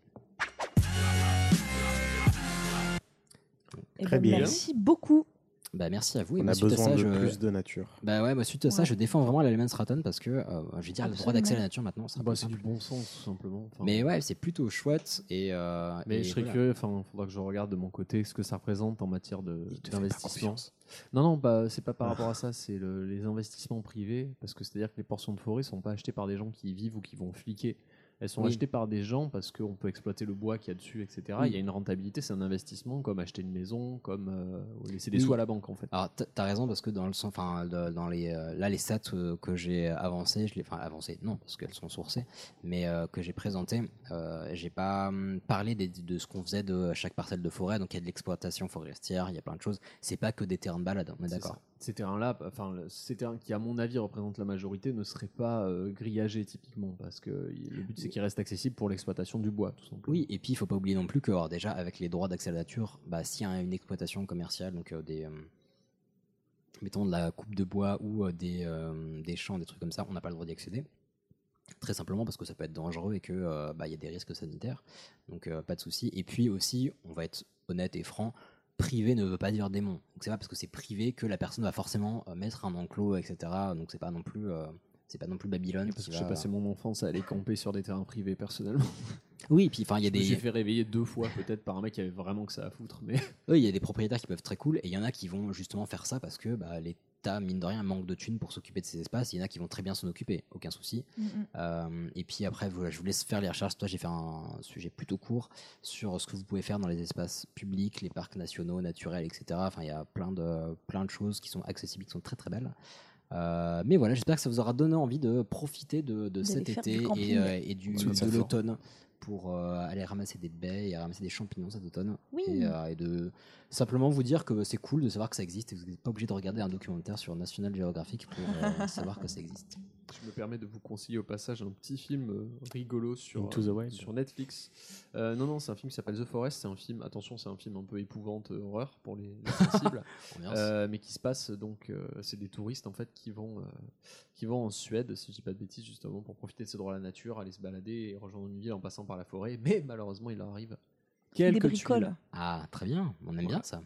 Eh ben, Merci beaucoup.
Bah, merci à vous. et
On
moi,
a
suite à
besoin
ça,
de
je-
plus de nature.
Bah ouais, moi, suite à ça,
Ouais.
je défends vraiment l'Allemagne Straton parce que euh, je veux dire, le droit
Absolument.
d'accès à la nature maintenant, c'est un
Bah,
peu
c'est
simple.
du bon sens, tout simplement. Enfin,
Mais ouais, c'est plutôt chouette. Et, euh,
Mais
et
je serais
voilà.
curieux, enfin, faudra que je regarde de mon côté ce que ça représente en matière de- d'investissement. Non, non, bah, c'est
Ah.
pas par rapport à ça, c'est le- les investissements privés, parce que c'est-à-dire que les portions de forêt sont pas achetées par des gens qui y vivent ou qui vont fliquer. Elles sont
Oui.
achetées par des gens parce qu'on peut exploiter le bois qu'il y a dessus, etc.
Oui.
Il y a une rentabilité, c'est un investissement comme acheter une maison, comme euh, laisser des
Oui. Ah,
sous à la banque en fait.
Alors, t'as- t'as raison parce que dans le sens, enfin, de- dans les, euh, là, les stats euh, que j'ai avancées, je les, enfin, avancées, non, parce qu'elles sont sourcées, mais euh, que j'ai présentées, euh, j'ai pas hum, parlé des- de ce qu'on faisait de chaque parcelle de forêt. Donc, il y a de l'exploitation forestière, il y a plein de choses. C'est pas que des terrains de balade, on est
C'est
d'accord.
ça. Ces terrains-là, enfin, le- ces terrains qui, à mon avis, représentent la majorité, ne seraient pas euh, grillagés typiquement, parce que il- le but c'est qu'ils restent accessibles pour l'exploitation du bois, tout simplement.
Oui, et puis il faut pas oublier non plus que alors, déjà avec les droits d'accès à la nature, bah, s'il y a une exploitation commerciale, donc euh, des euh, mettons de la coupe de bois ou euh, des, euh, des champs, des trucs comme ça, on n'a pas le droit d'y accéder. Très simplement parce que ça peut être dangereux et que euh, bah, il y a des risques sanitaires. Donc euh, pas de souci. Et puis aussi, on va être honnête et franc, privé ne veut pas dire démon. Donc c'est pas parce que c'est privé que la personne va forcément euh, mettre un enclos, etc. Donc c'est pas non plus, euh, c'est pas non plus Babylone.
Parce
qui
que je
va-
sais pas, c'est mon enfance à aller camper sur des terrains privés personnellement.
Oui, et puis enfin il y a
Je me
des.
suis fait réveiller deux fois peut-être par un mec qui avait vraiment que ça à foutre, mais.
Oui, il y a des propriétaires qui peuvent être très cool et il y en a qui vont justement faire ça parce que bah, l'État, mine de rien, manque de thunes pour s'occuper de ces espaces. Il y en a qui vont très bien s'en occuper, aucun souci.
Mm,
Mhm.
Euh, et puis après, voilà, je vous laisse faire les recherches. Toi, j'ai fait un sujet plutôt court sur ce que vous pouvez faire dans les espaces publics, les parcs nationaux, naturels, etc. Enfin, il y a plein de, plein de choses qui sont accessibles, qui sont très très belles. Euh, mais voilà, j'espère que ça vous aura donné envie de profiter de, de
D'aller
cet
faire du
été
camping.
et, euh, et du,
Tout à
de
fait.
l'automne pour euh, aller ramasser des baies et ramasser des champignons cet automne.
Oui.
Et, euh, et de simplement vous dire que c'est cool de savoir que ça existe et que vous n'êtes pas obligé de regarder un documentaire sur National Geographic pour euh, savoir que ça existe.
Je me permets de vous conseiller au passage un petit film euh, rigolo sur,
Into the
euh,
Wild.
sur Netflix. Euh, non, non, c'est un film qui s'appelle The Forest. C'est un film, attention, c'est un film un peu épouvante, euh, horreur pour les, les sensibles,
Ambiance.
Euh, mais qui se passe donc, euh, c'est des touristes en fait qui vont, euh, qui vont en Suède, si je dis pas de bêtises, justement pour profiter de ce droit à la nature, aller se balader et rejoindre une ville en passant par la forêt. Mais malheureusement, il leur arrive quelques tuiles.
Ah, très bien, on aime bien ça.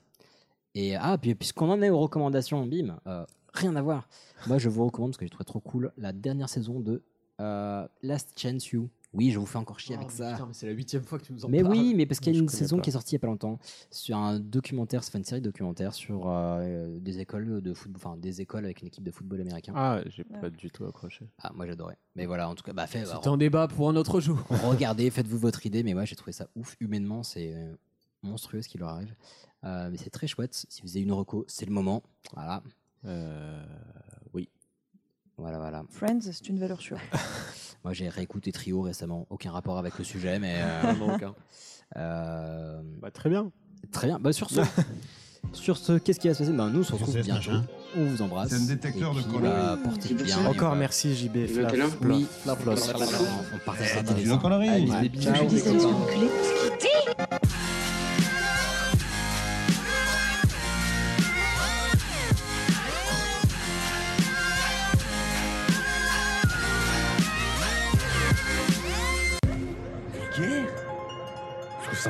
Et ah, puis puisqu'on en est aux recommandations, bim, euh, rien à voir. Moi, je vous recommande, parce que j'ai trouvé trop cool, la dernière saison de euh, Last Chance You. Oui, je vous fais encore chier
Oh,
avec
mais
ça.
putain, mais c'est la huitième fois que tu nous en
Mais
parles.
oui, mais parce qu'il y a
Je
une
connais
saison
pas.
qui est sortie il n'y a pas longtemps sur un documentaire, enfin une série documentaire sur euh, des écoles de football, enfin des écoles avec une équipe de football américain.
Ah, j'ai pas du tout accroché.
Ah, moi j'adorais. Mais voilà, en tout cas, bah, fait,
C'est un débat pour un autre jour.
Regardez, faites-vous votre idée. Mais moi, j'ai trouvé ça ouf. Humainement, c'est euh, monstrueux ce qui leur arrive. Euh, mais c'est très chouette. Si vous avez une reco, c'est le moment. Voilà.
Euh,
oui. Voilà, voilà.
Friends, c'est une valeur sûre.
Moi, j'ai réécouté Trio récemment. Aucun rapport avec le sujet, mais. euh,
Vraiment aucun.
euh,
bah, très bien.
Très bien. Bah, sur ce, sur ce qu'est-ce qui va se passer Bah, Nous, on se retrouve bientôt. On vous embrasse.
C'est un détecteur
Et
de
puis,
conneries.
bah, portez-vous bien.
Encore
Et, euh,
merci JB.
Vous êtes là Oui. Flap,
flap, flap,
flap,
flap.
flap. On partage
Eh,
ça,
t'as
t'es
dit une connerie.
Allez,
Ouais.
bisous,
Ciao.
les copains.
Vulgaire Je trouve ça